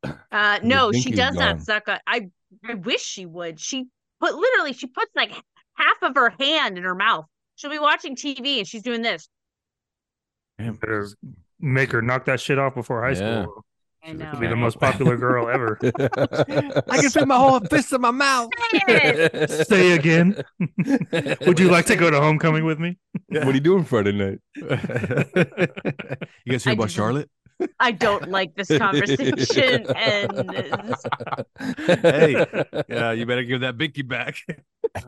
Uh, Your no, she binky's does gone. not suck on. I I wish she would. She put literally she puts like h- half of her hand in her mouth. She'll be watching TV and she's doing this. Better make her knock that shit off before high Yeah. school. I She's a know. Be the most popular (laughs) girl ever. I can fit my whole fist in my (laughs) mouth. Yes! (laughs) Say again. (laughs) (laughs) Would you like to go to homecoming with me? What are you doing Friday night? You guys I hear about didn't- Charlotte? I don't like this (laughs) conversation. and this- (laughs) (laughs) Hey, yeah, you better give that binky back.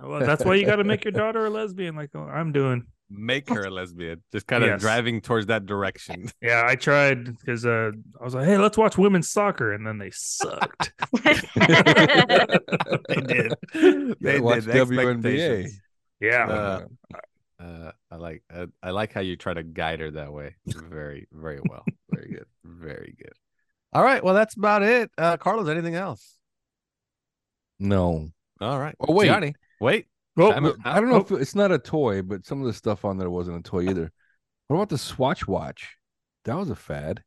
Well, that's why you got to make your daughter a lesbian, like "Oh, I'm doing. Make her a lesbian. Just kind of Yes. driving towards that direction. Yeah, I tried because uh, I was like, "Hey, let's watch women's soccer," and then they (laughs) sucked. (laughs) they (laughs) did. They They did. watch The WNBA. expectations. yeah, Uh, Uh, I like I, I like how you try to guide her that way. Very very well. Very good. Very good. All right. Well, that's about it. Uh, Carlos, anything else? No. All right. Oh, wait. Oh, Johnny, wait. well, Time out. I oh. don't know if it's not a toy, but some of the stuff on there wasn't a toy either. What about the Swatch watch? That was a fad.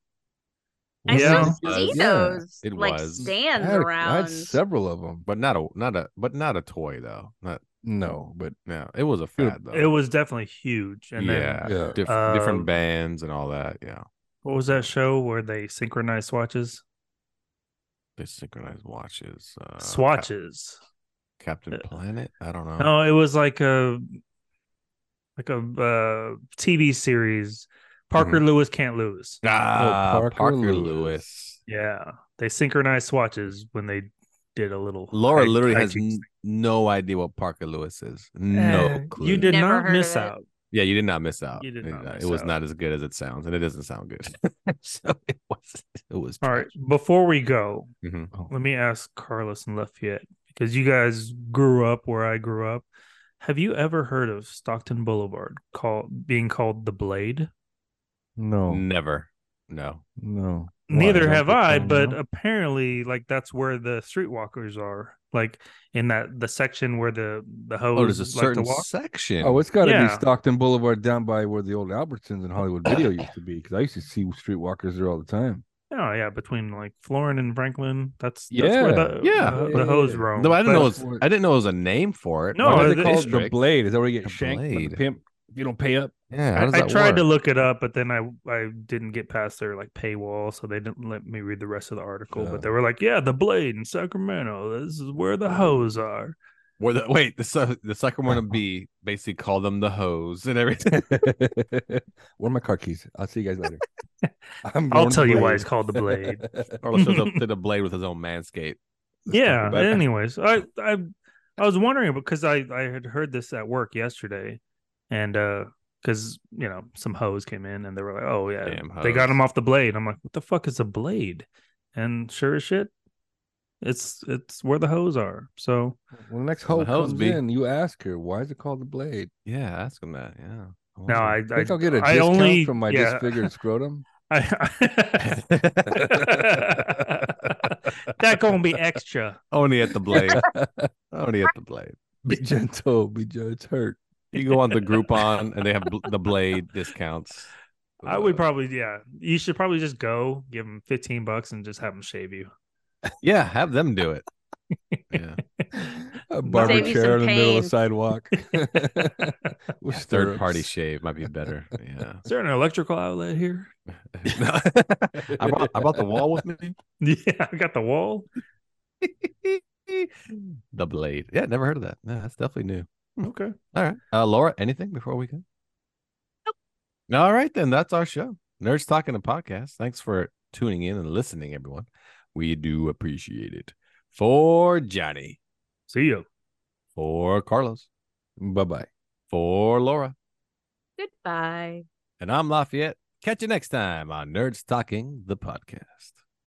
I Yeah. still see Yeah, those it like was. I stands had, I around. had several of them. but not a not a but not a toy though. Not No, but no. It was a Dude, fad though. it was definitely huge. And then yeah. yeah. Diff- Uh, different bands and all that. Yeah. what was that show where they synchronized swatches? They synchronized watches. Uh, Cap- swatches. Captain Uh, Planet. I don't Oh, know. No, it was like a like a uh, TV series Parker Mm-hmm. Lewis can't lose. Ah, Oh, Parker, Parker Lewis. Yeah, they synchronized swatches when they did a little. Laura high- literally high has kicks. n- no idea what Parker Lewis is. Eh, No clue. You did Never not heard miss of it. out. Yeah, you did not miss out. You did It- not uh, miss it was out. not as good as it sounds, and it doesn't sound good. (laughs) so it was. It was. All right, trash. before we go, Mhm. let me ask Carlos and Lafayette because you guys grew up where I grew up. Have you ever heard of Stockton Boulevard called being called the Blade? No, Never. No. no. Neither Why? have I, Don't but uh, know. apparently, like that's where the streetwalkers are, like in that the section where the the hoes Oh, there's a like to certain walk. section. Oh, it's got to Yeah. be Stockton Boulevard down by where the old Albertsons and Hollywood Video used to be because I used to see streetwalkers there all the time. Oh yeah, between like Florin and Franklin, that's, that's where Yeah. the Yeah. the, Yeah, yeah, the hoes yeah. roam. No, I didn't But- know. It was, But- I didn't know it was a name for it. No, Why Why did do the- they call it the district? blade? Is that where you The get shanked by the Blade. pimp? If you don't pay up, Yeah, how I, does I that tried to work? look it up, but then I I didn't get past their like paywall, so they didn't let me read the rest of the article. Oh. But they were like, "Yeah, the blade in Sacramento. This is where Mm. the hoes are." Where the wait, the Sa- the Sacramento Bee basically called them the hose and everything. (laughs) Where are my car keys? I'll see you guys (laughs) later. I'm I'll going to tell you why Blade. it's called the (laughs) blade. (laughs) Carlos shows up (laughs) to the blade with his own manscape. (laughs) yeah. about it. Anyways, I I I was wondering because I I had heard this at work yesterday, and uh, because you know some hoes came in and they were like, "Oh yeah, Damn they got hoes. him off the blade." I'm like, "What the fuck is a blade?" And sure as shit, it's it's where the hoes are. So. Well, the next Well, the hoe hoes comes be- in, you ask her, why is it called the blade? Yeah, ask him that. Yeah. No, I, I I, think I, will get a I discount only- from my yeah. disfigured scrotum. (laughs) (laughs) I, (laughs) that gonna be extra. only at the (laughs) blade. only at the blade. Be gentle, be gentle. It's hurt. You go on the Groupon and they have bl- the blade discounts. I Uh. would probably, yeah. You should probably just go give them fifteen bucks and just have them shave (laughs) you. (laughs) Yeah, have them do it. (laughs) Yeah. A barber Save you chair in some the middle pain. of the sidewalk. With Third party stirrups. shave might be better. Yeah. Is there an electrical outlet here? (laughs) (laughs) I, brought, I brought the wall with me. Yeah, I got the wall. (laughs) the blade. Yeah, never heard of that. No, that's definitely new. Hmm. Okay. All right. Uh, Laura, anything before we go? Nope. All right, then. That's our show. Nerds Talking a Podcast. Thanks for tuning in and listening, everyone. We do appreciate it. For Johnny, See you. for Carlos, Bye bye. for Laura, Goodbye. and I'm Lafayette. Catch you next time on Nerds Talking the Podcast.